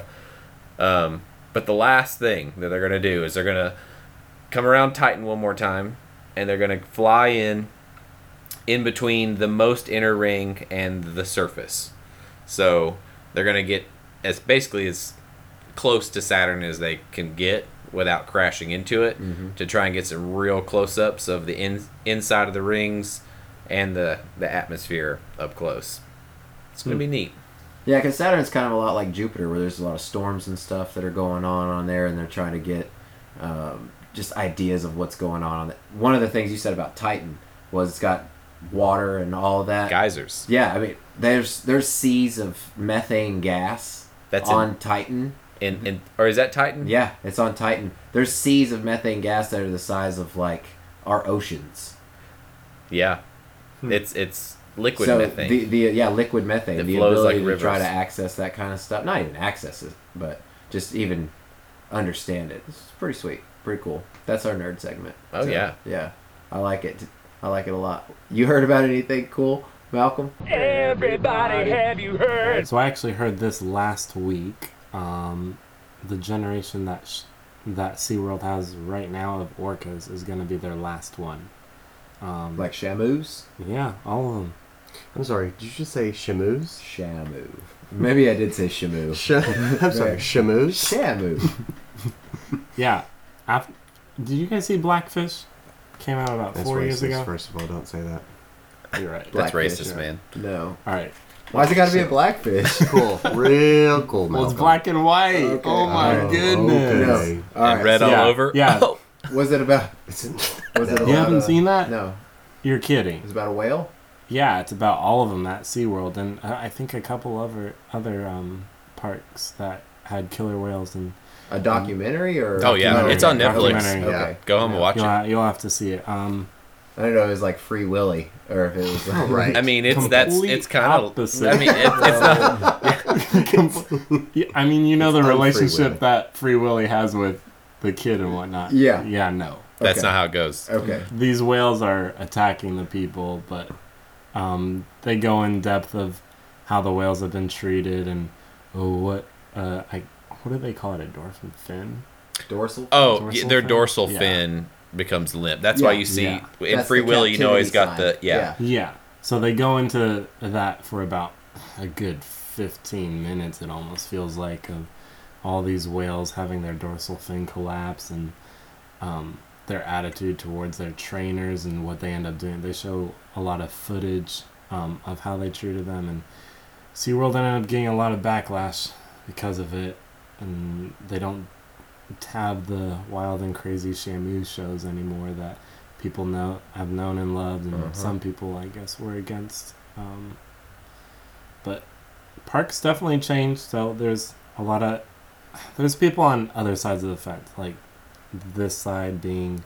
[SPEAKER 2] Um, but the last thing that they're gonna do is they're gonna come around Titan one more time, and they're gonna fly in in between the most inner ring and the surface. So they're gonna get as basically as close to Saturn as they can get without crashing into it to try and get some real close ups of the in, inside of the rings and the, the atmosphere up close. It's gonna be neat.
[SPEAKER 1] Yeah, because Saturn's kind of a lot like Jupiter, where there's a lot of storms and stuff that are going on on there, and they're trying to get um, just ideas of what's going on. on that. One of the things you said about Titan was it's got water and all that.
[SPEAKER 2] Geysers.
[SPEAKER 1] Yeah, I mean, there's there's seas of methane gas
[SPEAKER 2] That's
[SPEAKER 1] on
[SPEAKER 2] in,
[SPEAKER 1] Titan.
[SPEAKER 2] in, in or is that Titan?
[SPEAKER 1] Yeah, it's on Titan. There's seas of methane gas that are the size of like our oceans.
[SPEAKER 2] Yeah. It's it's liquid
[SPEAKER 1] so
[SPEAKER 2] methane.
[SPEAKER 1] the the yeah liquid methane.
[SPEAKER 2] It
[SPEAKER 1] the
[SPEAKER 2] flows like
[SPEAKER 1] ability to try
[SPEAKER 2] rivers.
[SPEAKER 1] to access that kind of stuff. Not even access it, but just even understand it. It's pretty sweet. Pretty cool. That's our nerd segment.
[SPEAKER 2] Oh, yeah.
[SPEAKER 1] yeah. I like it. I like it a lot. You heard about anything cool, Malcolm?
[SPEAKER 5] Everybody, have you heard?
[SPEAKER 3] So I actually heard this last week. Um, the generation that sh- that SeaWorld has right now of orcas is going to be their last one. Um,
[SPEAKER 1] Like shamus,
[SPEAKER 3] yeah, all of them.
[SPEAKER 4] I'm sorry. Did you just say <laughs> shamus?
[SPEAKER 1] shamu. Maybe I did say shamu.
[SPEAKER 4] Sh- I'm sorry. Shamus.
[SPEAKER 1] Shamu.
[SPEAKER 3] Yeah. Af did you guys see Blackfish? Came out about
[SPEAKER 4] That's
[SPEAKER 3] four
[SPEAKER 4] racist.
[SPEAKER 3] years ago.
[SPEAKER 4] First of all, don't say that.
[SPEAKER 3] You're right.
[SPEAKER 2] That's
[SPEAKER 1] Blackfish,
[SPEAKER 2] racist,
[SPEAKER 1] yeah.
[SPEAKER 2] man.
[SPEAKER 1] No.
[SPEAKER 3] All right.
[SPEAKER 1] Why's it got to be a
[SPEAKER 3] <laughs>
[SPEAKER 1] blackfish?
[SPEAKER 4] Cool. <laughs> Real cool.
[SPEAKER 3] Well, it's
[SPEAKER 4] Malcolm.
[SPEAKER 3] black and white.
[SPEAKER 1] Okay.
[SPEAKER 3] Oh my
[SPEAKER 4] Oh,
[SPEAKER 3] goodness.
[SPEAKER 4] okay.
[SPEAKER 1] No. All
[SPEAKER 2] and red
[SPEAKER 3] so-
[SPEAKER 2] all
[SPEAKER 3] Yeah,
[SPEAKER 2] over.
[SPEAKER 3] yeah.
[SPEAKER 2] Oh,
[SPEAKER 1] Was it about?
[SPEAKER 4] It's
[SPEAKER 1] Was it
[SPEAKER 4] No.
[SPEAKER 1] about
[SPEAKER 3] You haven't
[SPEAKER 1] a-
[SPEAKER 3] seen that?
[SPEAKER 1] No.
[SPEAKER 3] You're
[SPEAKER 1] It
[SPEAKER 3] kidding.
[SPEAKER 1] was about a whale.
[SPEAKER 3] Yeah, it's about all of them at SeaWorld and uh, I I think a couple other other um, parks that had killer whales and
[SPEAKER 1] A documentary or?
[SPEAKER 2] Oh, yeah,
[SPEAKER 1] Documentary.
[SPEAKER 2] it's on Netflix.
[SPEAKER 3] Documentary.
[SPEAKER 1] Okay.
[SPEAKER 4] Yeah.
[SPEAKER 2] <laughs> go home and watch
[SPEAKER 3] You'll,
[SPEAKER 2] it.
[SPEAKER 3] ha- you'll have to see it. Um,
[SPEAKER 1] I don't know. It was like Free Willy, or if it was
[SPEAKER 2] <laughs>
[SPEAKER 1] like, <laughs> Oh,
[SPEAKER 4] right.
[SPEAKER 2] Oh, I mean, it's that's
[SPEAKER 3] Complete
[SPEAKER 2] it's kind of.
[SPEAKER 3] opposite.
[SPEAKER 2] I mean, it, it's not.
[SPEAKER 3] yeah, I mean, you know the
[SPEAKER 4] unfree
[SPEAKER 3] relationship
[SPEAKER 4] Willy.
[SPEAKER 3] that Free Willy has with the kid and whatnot.
[SPEAKER 1] Yeah.
[SPEAKER 3] yeah, no.
[SPEAKER 2] That's
[SPEAKER 1] Okay.
[SPEAKER 3] <laughs>
[SPEAKER 2] not how it goes.
[SPEAKER 1] Okay.
[SPEAKER 3] These whales are attacking the people, but um, they go in depth of how the whales have been treated and oh, what uh, I what do they call it? A dorsal fin?
[SPEAKER 1] Dorsal.
[SPEAKER 2] Oh,
[SPEAKER 3] Dorsal
[SPEAKER 2] yeah, their
[SPEAKER 3] fin?
[SPEAKER 2] dorsal
[SPEAKER 3] Yeah.
[SPEAKER 2] fin becomes limp. That's why
[SPEAKER 1] Yeah,
[SPEAKER 2] you see
[SPEAKER 3] yeah.
[SPEAKER 2] in
[SPEAKER 1] That's
[SPEAKER 2] Free
[SPEAKER 1] the
[SPEAKER 2] Will, you know
[SPEAKER 1] captivity
[SPEAKER 2] he's got
[SPEAKER 1] sign.
[SPEAKER 2] the yeah.
[SPEAKER 3] Yeah. So they go into that for about a good 15 minutes, it almost feels like, of all these whales having their dorsal fin collapse and um, their attitude towards their trainers and what they end up doing. They show a lot of footage um, of how they treated them, and SeaWorld ended up getting a lot of backlash because of it, and they don't have the wild and crazy Shamu shows anymore that people know have known and loved, and
[SPEAKER 2] Uh-huh.
[SPEAKER 3] some people, I guess, were against. Um, but parks definitely changed, so there's a lot of there's people on other sides of the fence, like this side being,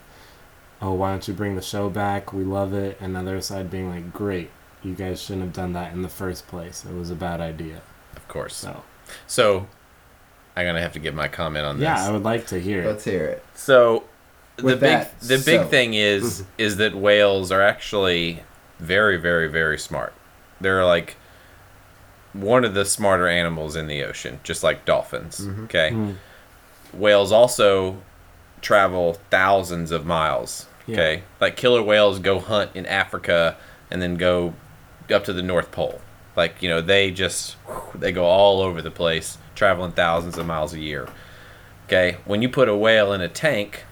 [SPEAKER 3] oh, why don't you bring the show back? We love it. And the other side being like, great, you guys shouldn't have done that in the first place. It was a bad idea.
[SPEAKER 2] Of course.
[SPEAKER 3] So,
[SPEAKER 2] So I'm gonna have to give my comment on this.
[SPEAKER 3] yeah, I would like to hear it.
[SPEAKER 1] Let's hear it.
[SPEAKER 2] So the
[SPEAKER 1] With
[SPEAKER 2] big
[SPEAKER 1] that,
[SPEAKER 2] the big
[SPEAKER 1] so-
[SPEAKER 2] thing
[SPEAKER 3] <laughs>
[SPEAKER 2] is is that whales are actually very very very smart. They're like one of the smarter animals in the ocean, just like dolphins. Okay.
[SPEAKER 3] Mm.
[SPEAKER 2] Whales also travel thousands of miles.
[SPEAKER 3] Yeah.
[SPEAKER 2] Okay. Like killer whales go hunt in Africa and then go up to the North Pole. Like, you know, they just they go all over the place, traveling thousands of miles a year. Okay, when you put a whale in a tank,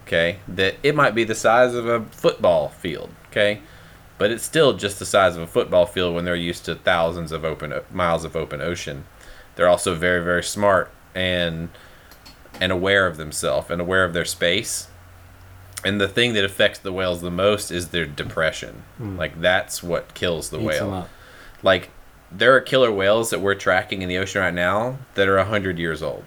[SPEAKER 2] okay, that it might be the size of a football field, okay, but it's still just the size of a football field when they're used to thousands of open o- miles of open ocean. They're also very very smart and and aware of themselves and aware of their space. And the thing that affects the whales the most is their depression. Like that's what kills the
[SPEAKER 3] Hmm. Eats
[SPEAKER 2] whale
[SPEAKER 3] them up.
[SPEAKER 2] like there are killer whales that we're tracking in the ocean right now that are 100 years old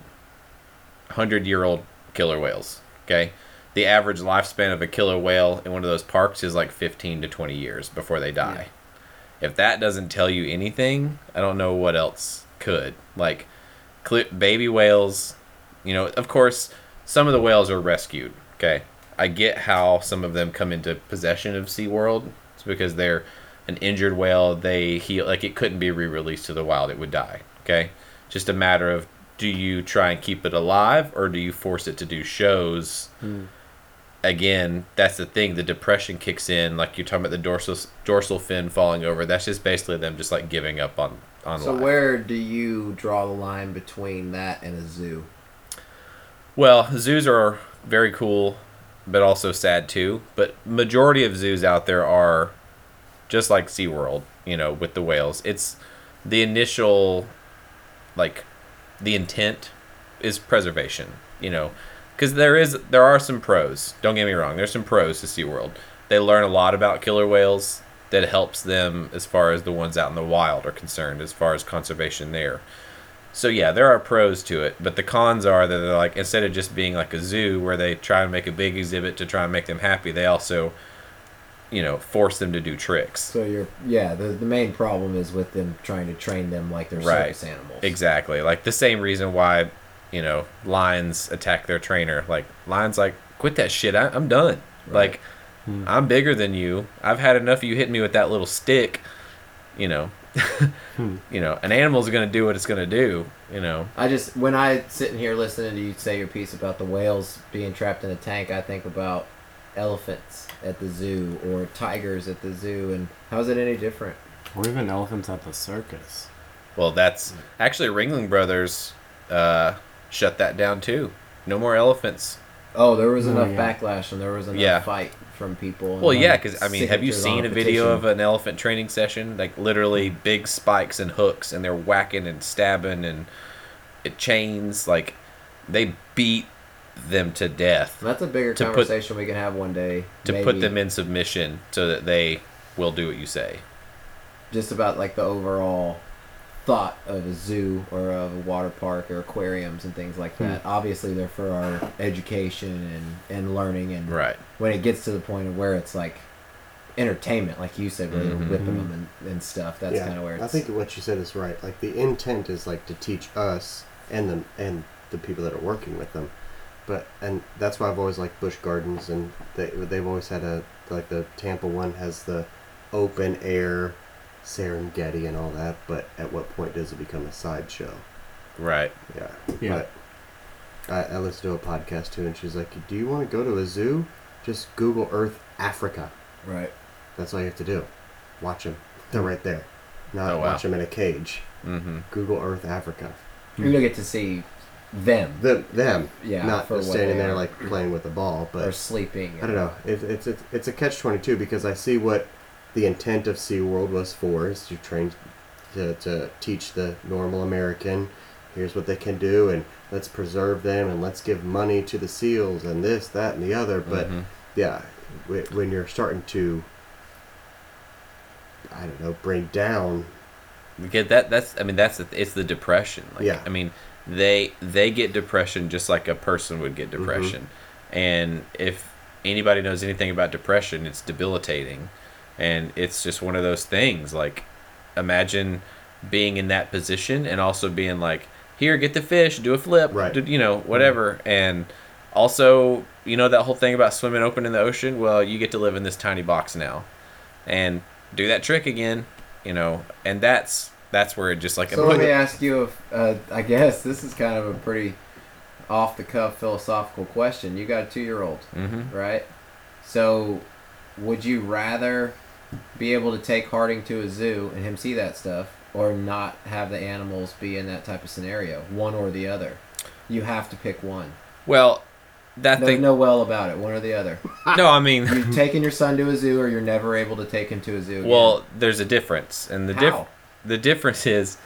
[SPEAKER 2] 100 year old killer whales okay the average lifespan of a killer whale in one of those parks is like 15 to 20 years before they die if that doesn't tell you anything i don't know what else could like clear, baby whales you know of course some of the whales are rescued okay i get how some of them come into possession of seaworld it's because they're an injured whale they heal like it couldn't be re-released to the wild it would die okay just a matter of do you try and keep it alive or do you force it to do shows again that's the thing the depression kicks in like you're talking about the dorsal dorsal fin falling over that's just basically them just like giving up on on
[SPEAKER 1] So
[SPEAKER 2] life.
[SPEAKER 1] where do you draw the line between that and a zoo?
[SPEAKER 2] Well, zoos are very cool, but also sad too. But majority of zoos out there are just like SeaWorld, you know, with the whales. It's the initial like the intent is preservation, you know, cuz there is there are some pros. Don't get me wrong, there's some pros to SeaWorld. They learn a lot about killer whales that helps them as far as the ones out in the wild are concerned as far as conservation there. So yeah, there are pros to it, but the cons are that they're like instead of just being like a zoo where they try and make a big exhibit to try and make them happy, they also, you know, force them to do tricks.
[SPEAKER 1] So you're yeah. The the main problem is with them trying to train them like they're
[SPEAKER 2] Right.
[SPEAKER 1] circus animals.
[SPEAKER 2] Exactly, like the same reason why, you know, lions attack their trainer. Like lions, like quit that shit. I, I'm done. Like I'm bigger than you. I've had enough of you hitting me with that little stick. You know, you know, an animal's gonna do what it's gonna do. You know,
[SPEAKER 1] I just when I sit in here listening to you say your piece about the whales being trapped in a tank, I think about elephants at the zoo or tigers at the zoo, and how is it any different?
[SPEAKER 3] Or even elephants at the circus.
[SPEAKER 2] Well, that's actually Ringling Brothers uh, shut that down too. No more elephants.
[SPEAKER 1] Oh, there was
[SPEAKER 3] Oh,
[SPEAKER 1] enough
[SPEAKER 3] yeah.
[SPEAKER 1] backlash and there was enough
[SPEAKER 2] Yeah.
[SPEAKER 1] fight from people. and
[SPEAKER 2] Well,
[SPEAKER 1] like
[SPEAKER 2] yeah, because I mean, have you
[SPEAKER 1] signatures on Mm.
[SPEAKER 2] seen a video of an elephant training session? Like literally big spikes and hooks, and they're whacking and stabbing and it chains. Like they beat them to death
[SPEAKER 1] That's a bigger
[SPEAKER 2] to put-
[SPEAKER 1] conversation we can have one day.
[SPEAKER 2] to
[SPEAKER 1] maybe.
[SPEAKER 2] put them in submission so that they will do what you say.
[SPEAKER 1] just about like the overall thought of a zoo or of a water park or aquariums and things
[SPEAKER 3] Hmm.
[SPEAKER 1] like that. Obviously, they're for our education and and learning and
[SPEAKER 2] Right.
[SPEAKER 1] when it gets to the point of where it's like entertainment, like you said, where they're
[SPEAKER 2] Mhm.
[SPEAKER 1] whipping them and, and stuff. That's
[SPEAKER 4] Mm-hmm. yeah,
[SPEAKER 1] kind of where it's.
[SPEAKER 4] I think what you said is right. Like the intent is like to teach us and the and the people that are working with them, but and that's why I've always liked Bush Gardens and they they've always had a like the Tampa one has the open air Serengeti and all that. But at what point does it become a sideshow?
[SPEAKER 2] Right.
[SPEAKER 4] Yeah.
[SPEAKER 3] Yeah.
[SPEAKER 4] But I, I listened to a podcast too, and she's like, "Do you want to go to a zoo?" Just Google Earth Africa.
[SPEAKER 1] Right.
[SPEAKER 4] That's all you have to do. Watch them. They're right there. Not
[SPEAKER 2] Oh, wow.
[SPEAKER 4] watch them in a cage.
[SPEAKER 2] Mm-hmm.
[SPEAKER 4] Google Earth Africa.
[SPEAKER 1] You're gonna get to see them
[SPEAKER 4] The, them.
[SPEAKER 1] Yeah,
[SPEAKER 4] Not
[SPEAKER 1] for
[SPEAKER 4] just
[SPEAKER 1] what
[SPEAKER 4] standing
[SPEAKER 1] they
[SPEAKER 4] there
[SPEAKER 1] are.
[SPEAKER 4] like playing with a ball.
[SPEAKER 1] or
[SPEAKER 4] But
[SPEAKER 1] sleeping.
[SPEAKER 4] I don't know. It, it's, it's it's a catch twenty two because I see what the intent of SeaWorld was for is to train to to teach the normal American. Here's what they can do, and let's preserve them, and let's give money to the seals, and this, that, and the other. But
[SPEAKER 2] Mhm.
[SPEAKER 4] yeah, wh- when you're starting to, I don't know, bring down
[SPEAKER 2] Because that that's I mean that's the, it's the depression. Like,
[SPEAKER 4] Yeah.
[SPEAKER 2] I mean they they get depression just like a person would get
[SPEAKER 4] Mm-hmm.
[SPEAKER 2] depression, and if anybody knows anything about depression, it's debilitating, and it's just one of those things. Like imagine being in that position and also being like, here, get the fish, do a flip,
[SPEAKER 4] Right. Mm-hmm.
[SPEAKER 2] do- you know, whatever, and also you know that whole thing about swimming open in the ocean. Well, you get to live in this tiny box now, and do that trick again, you know, and that's that's where it just like
[SPEAKER 1] So let
[SPEAKER 2] <laughs>
[SPEAKER 1] me ask you if uh, I guess this is kind of a pretty off the cuff philosophical question. You got a two year old,
[SPEAKER 2] hmm
[SPEAKER 1] right? So would you rather be able to take Harding to a zoo and him see that stuff, or not have the animals be in that type of scenario? One or the other. You have to pick one.
[SPEAKER 2] Well, that
[SPEAKER 1] No,
[SPEAKER 2] thing. No,
[SPEAKER 1] know well about it. One or the other. <laughs>
[SPEAKER 2] I mean, <laughs>
[SPEAKER 1] You're taking your son to a zoo, or you're never able to take him to a zoo. again.
[SPEAKER 2] well, there's a difference, and the diff-
[SPEAKER 1] How?
[SPEAKER 2] the difference is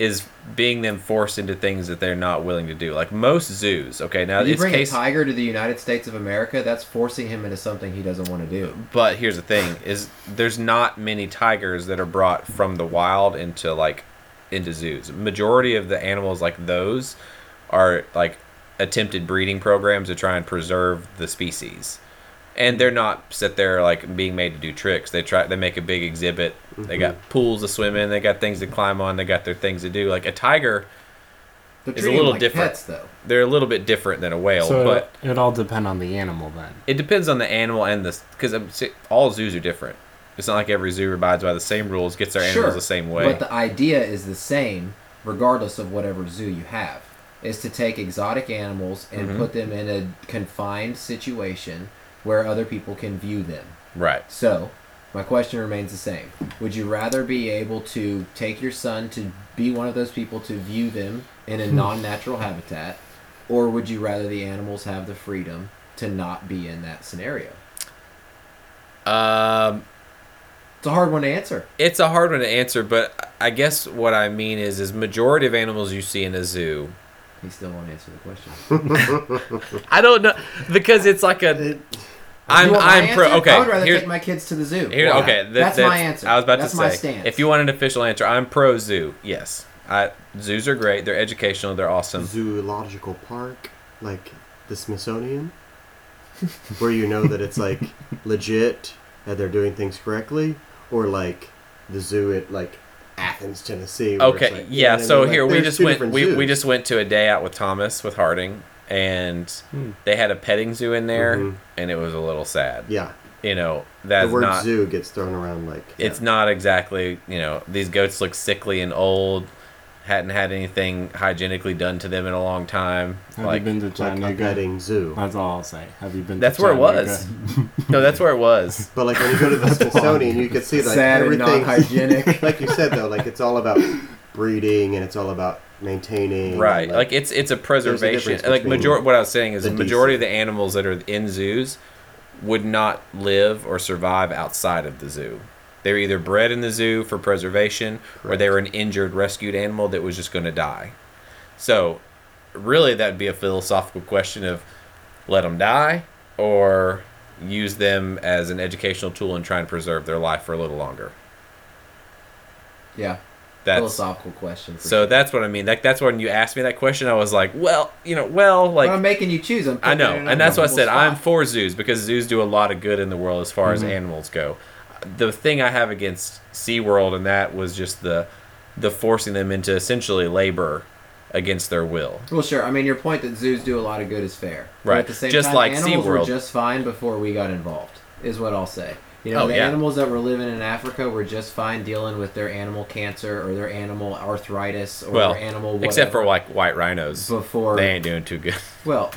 [SPEAKER 2] is being them forced into things that they're not willing to do. Like most zoos, okay, now
[SPEAKER 1] you
[SPEAKER 2] it's
[SPEAKER 1] bring
[SPEAKER 2] case.
[SPEAKER 1] a tiger to the United States of America, that's forcing him into something he doesn't want to do.
[SPEAKER 2] But here's the thing: is there's not many tigers that are brought from the wild into like into zoos. Majority of the animals like those are like attempted breeding programs to try and preserve the species, and they're not sit there like being made to do tricks. They try they make a big exhibit. They got pools to swim in. They got things to climb on. They got their things to do. Like a tiger,
[SPEAKER 1] They're
[SPEAKER 2] It's a
[SPEAKER 1] treating
[SPEAKER 2] little
[SPEAKER 1] him like
[SPEAKER 2] different.
[SPEAKER 1] pets, though.
[SPEAKER 2] they're a little bit different than a whale,
[SPEAKER 3] So
[SPEAKER 2] but.
[SPEAKER 3] it, it all depend on the animal then.
[SPEAKER 2] It depends on the animal and the because all zoos are different. It's not like every zoo abides by the same rules, gets their animals the same way.
[SPEAKER 1] But the idea is the same, regardless of whatever zoo you have, is to take exotic animals
[SPEAKER 2] Mm-hmm.
[SPEAKER 1] and put them in a confined situation where other people can view them.
[SPEAKER 2] right.
[SPEAKER 1] So, my question remains the same. Would you rather be able to take your son to be one of those people to view them in a non natural habitat, or would you rather the animals have the freedom to not be in that scenario?
[SPEAKER 2] Um,
[SPEAKER 1] It's a hard one to answer.
[SPEAKER 2] it's a hard one to answer, but I guess what I mean is, is majority of animals you see in a zoo.
[SPEAKER 1] He still won't answer the question.
[SPEAKER 2] I don't know because it's like a. <laughs> I'm
[SPEAKER 1] You want my
[SPEAKER 2] I'm pro.
[SPEAKER 1] answer?
[SPEAKER 2] Okay,
[SPEAKER 1] I would rather
[SPEAKER 2] here's-
[SPEAKER 1] take my kids to the zoo.
[SPEAKER 2] Here,
[SPEAKER 1] Why?
[SPEAKER 2] okay, th-
[SPEAKER 1] that's, my answer.
[SPEAKER 2] I was about
[SPEAKER 1] that's
[SPEAKER 2] to say.
[SPEAKER 1] my stance.
[SPEAKER 2] If you want an official answer, I'm pro zoo. Yes, I, zoos are great. They're educational. They're awesome.
[SPEAKER 4] zoological park like the Smithsonian, where you know that
[SPEAKER 2] <laughs>
[SPEAKER 4] it's like legit and they're doing things correctly, or like the zoo at like Athens, Tennessee. where it's
[SPEAKER 2] Okay,
[SPEAKER 4] like- you know
[SPEAKER 2] yeah.
[SPEAKER 4] what I
[SPEAKER 2] So
[SPEAKER 4] mean? Like,
[SPEAKER 2] here we
[SPEAKER 4] there's
[SPEAKER 2] just
[SPEAKER 4] two
[SPEAKER 2] went.
[SPEAKER 4] different
[SPEAKER 2] We, we
[SPEAKER 4] zoos.
[SPEAKER 2] just went to a day out with Thomas with Harding, and
[SPEAKER 3] Hmm.
[SPEAKER 2] they had a petting zoo in there,
[SPEAKER 4] Mhm.
[SPEAKER 2] and it was a little sad.
[SPEAKER 4] yeah.
[SPEAKER 2] You know
[SPEAKER 4] The
[SPEAKER 2] that's
[SPEAKER 4] word
[SPEAKER 2] not.
[SPEAKER 4] zoo gets thrown around like
[SPEAKER 2] It's not exactly you know these goats look sickly and old, hadn't had anything hygienically done to them in a long time.
[SPEAKER 3] Have
[SPEAKER 2] like
[SPEAKER 3] you been to
[SPEAKER 4] like a
[SPEAKER 3] Chattanooga?
[SPEAKER 4] petting zoo.
[SPEAKER 3] That's all I'll say. Have you been?
[SPEAKER 2] that's
[SPEAKER 3] to
[SPEAKER 2] where it
[SPEAKER 3] Chattanooga?
[SPEAKER 2] was. no, that's where it
[SPEAKER 3] <laughs>
[SPEAKER 2] was.
[SPEAKER 4] But like when you go
[SPEAKER 2] <laughs>
[SPEAKER 4] to the Smithsonian, you can see like
[SPEAKER 1] sad and
[SPEAKER 4] everything. <laughs>
[SPEAKER 1] non-hygienic.
[SPEAKER 4] like you said though, like it's all about breeding and it's all about maintaining. and,
[SPEAKER 2] Right, like it's it's a preservation.
[SPEAKER 4] difference
[SPEAKER 2] like
[SPEAKER 4] between
[SPEAKER 2] major, what I was saying is
[SPEAKER 4] the
[SPEAKER 2] the majority of the animals that are in zoos would not live or survive outside of the zoo. They're either bred in the zoo for preservation, or they were an injured rescued animal that was just going to die. So, really, that would be a philosophical question of let them die or use them as an educational tool and try and preserve their life for a little longer.
[SPEAKER 1] yeah,
[SPEAKER 2] That's
[SPEAKER 1] philosophical question. for
[SPEAKER 2] so.
[SPEAKER 1] sure.
[SPEAKER 2] That's what I mean. Like that's when you asked me that question. I was like, well, you know, well,
[SPEAKER 1] But
[SPEAKER 2] like
[SPEAKER 1] I'm making you choose. I'm
[SPEAKER 2] I know,
[SPEAKER 1] putting it in
[SPEAKER 2] and that's why I
[SPEAKER 1] uncomfortable
[SPEAKER 2] said I'm
[SPEAKER 1] spot.
[SPEAKER 2] for zoos because zoos do a lot of good in the world as far as animals go. The thing I have against SeaWorld and that was just the the forcing them into essentially labor against their will.
[SPEAKER 1] Well, sure. I mean, your point that zoos do a lot of good is fair. But
[SPEAKER 2] Right.
[SPEAKER 1] at the same
[SPEAKER 2] Just
[SPEAKER 1] time,
[SPEAKER 2] like
[SPEAKER 1] animals were
[SPEAKER 2] SeaWorld.
[SPEAKER 1] just fine before we got involved, is what I'll say. You know,
[SPEAKER 2] Oh,
[SPEAKER 1] the
[SPEAKER 2] yeah.
[SPEAKER 1] animals that were living in Africa were just fine dealing with their animal cancer or their animal arthritis or
[SPEAKER 2] well,
[SPEAKER 1] their animal whatever
[SPEAKER 2] except for like white rhinos,
[SPEAKER 1] before
[SPEAKER 2] they ain't doing too good.
[SPEAKER 1] Well,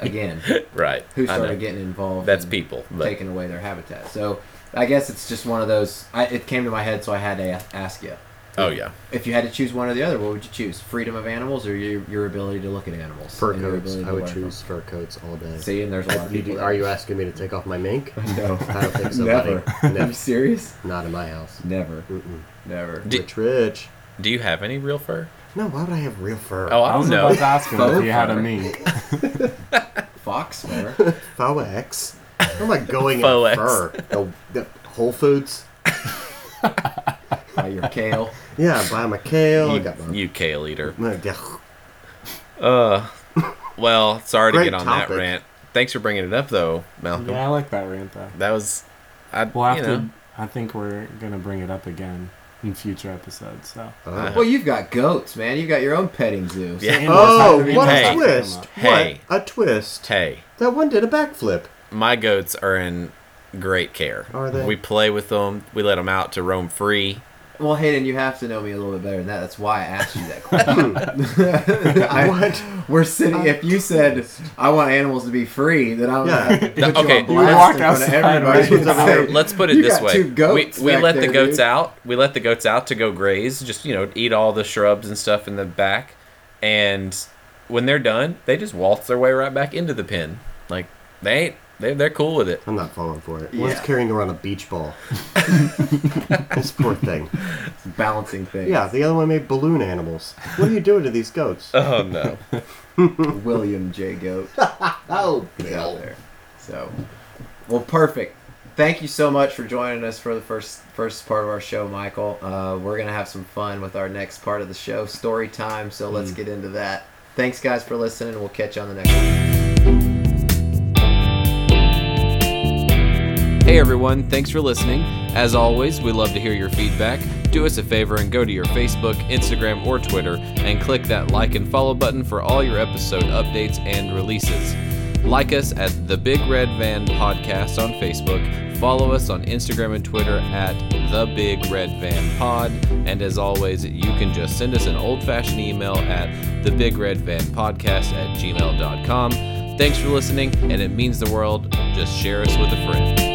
[SPEAKER 1] again,
[SPEAKER 2] <laughs> Right.
[SPEAKER 1] who
[SPEAKER 2] I know.
[SPEAKER 1] started getting involved.
[SPEAKER 2] That's
[SPEAKER 1] in
[SPEAKER 2] people, but-
[SPEAKER 1] taking away their habitat. So I guess it's just one of those. I, it came to my head, so I had to a- ask you.
[SPEAKER 2] Oh yeah.
[SPEAKER 1] If you had to choose one or the other, what would you choose? Freedom of animals or your, your ability to look at animals?
[SPEAKER 4] Fur
[SPEAKER 1] and your
[SPEAKER 4] coats.
[SPEAKER 1] ability to
[SPEAKER 4] I would
[SPEAKER 1] learn from-
[SPEAKER 4] choose fur coats all day.
[SPEAKER 1] See, and there's a lot of
[SPEAKER 4] You
[SPEAKER 1] <laughs> people.
[SPEAKER 4] do- are you asking me to take off my mink?
[SPEAKER 1] No.
[SPEAKER 4] <laughs> I don't think so.
[SPEAKER 1] Never.
[SPEAKER 4] buddy.
[SPEAKER 1] Are you
[SPEAKER 4] No,
[SPEAKER 1] serious?
[SPEAKER 4] not in my house.
[SPEAKER 1] Never.
[SPEAKER 4] Mm-mm.
[SPEAKER 1] Never.
[SPEAKER 2] Do-
[SPEAKER 4] Rich, rich.
[SPEAKER 2] Do you have any real fur?
[SPEAKER 4] No, why would I have real fur?
[SPEAKER 2] Oh, I
[SPEAKER 3] I was
[SPEAKER 2] don't
[SPEAKER 3] about to
[SPEAKER 2] know.
[SPEAKER 3] ask him if
[SPEAKER 1] Faux
[SPEAKER 3] he had a
[SPEAKER 1] fur.
[SPEAKER 3] mink.
[SPEAKER 1] Fox fur.
[SPEAKER 4] Foex. I'm like going in
[SPEAKER 2] Foex.
[SPEAKER 4] fur. The, the Whole Foods.
[SPEAKER 1] Buy your kale.
[SPEAKER 4] Yeah, I buy my kale. I
[SPEAKER 2] You,
[SPEAKER 4] got my.
[SPEAKER 2] you kale eater.
[SPEAKER 4] my- yeah.
[SPEAKER 2] Uh, well, sorry to
[SPEAKER 4] Great
[SPEAKER 2] get on that
[SPEAKER 4] topic.
[SPEAKER 2] rant. Thanks for bringing it up, though, Malcolm.
[SPEAKER 3] Yeah, I like that rant though.
[SPEAKER 2] That was, I,
[SPEAKER 3] We'll have
[SPEAKER 2] you
[SPEAKER 3] to.
[SPEAKER 2] know,
[SPEAKER 3] I think we're gonna bring it up again in future episodes. So
[SPEAKER 4] Oh.
[SPEAKER 1] <laughs> Well, you've got goats, man. You've got your own petting zoo. so-
[SPEAKER 2] Yeah.
[SPEAKER 4] Oh,
[SPEAKER 3] Hey.
[SPEAKER 4] what
[SPEAKER 2] Hey.
[SPEAKER 4] a twist!
[SPEAKER 2] Hey.
[SPEAKER 4] What a twist!
[SPEAKER 2] hey,
[SPEAKER 4] That one did
[SPEAKER 2] <laughs>
[SPEAKER 4] a backflip.
[SPEAKER 2] my goats are in great care.
[SPEAKER 4] Are they?
[SPEAKER 2] We play with them. We let them out to
[SPEAKER 1] <laughs>
[SPEAKER 2] roam free.
[SPEAKER 1] Well, Hayden, you have to know me a little bit better than that. That's why I asked you that
[SPEAKER 4] <laughs>
[SPEAKER 1] question. I-
[SPEAKER 4] Hmm. What?
[SPEAKER 1] We're sitting. If you said I want animals to be free, then I'm
[SPEAKER 4] Yeah.
[SPEAKER 1] gonna put you
[SPEAKER 2] Okay.
[SPEAKER 1] on
[SPEAKER 2] You
[SPEAKER 1] blast in front
[SPEAKER 3] walked
[SPEAKER 1] of
[SPEAKER 3] outside,
[SPEAKER 1] everybody.
[SPEAKER 3] right?
[SPEAKER 1] and say,
[SPEAKER 2] Let's put it
[SPEAKER 1] "You
[SPEAKER 2] this
[SPEAKER 1] got
[SPEAKER 2] way:
[SPEAKER 1] two goats
[SPEAKER 2] we, we
[SPEAKER 1] back
[SPEAKER 2] let the
[SPEAKER 1] there,
[SPEAKER 2] goats
[SPEAKER 1] dude."
[SPEAKER 2] out. We let the goats out to go graze. Just you know, eat all the shrubs and stuff in the back. And when they're done, they just waltz their way right back into the pen. Like they ain't. They, they're cool with it.
[SPEAKER 4] I'm not falling for it.
[SPEAKER 1] Yeah.
[SPEAKER 4] One's carrying around a beach ball. this poor thing.
[SPEAKER 1] balancing things.
[SPEAKER 4] Yeah, the other one made balloon animals. What are you doing to these goats?
[SPEAKER 2] <laughs> Oh no.
[SPEAKER 1] William J. Goat
[SPEAKER 4] Oh,
[SPEAKER 1] is out there. So, well, perfect. Thank you so much for joining us for the first first part of our show, Michael. Uh, we're gonna have some fun with our next part of the show, story time. So let's get into that. Thanks, guys, for listening. and We'll catch you on the next one.
[SPEAKER 2] Hey everyone, thanks for listening. As always, we love to hear your feedback. Do us a favor and go to your Facebook, Instagram, or Twitter and click that like and follow button for all your episode updates and releases. Like us at The Big Red Van Podcast on Facebook. Follow us on Instagram and Twitter at The Big Red Van Pod. And as always, you can just send us an old fashioned email at TheBigRedVanPodcast at gmail.com. Thanks for listening, and it means the world. Just share us with a friend.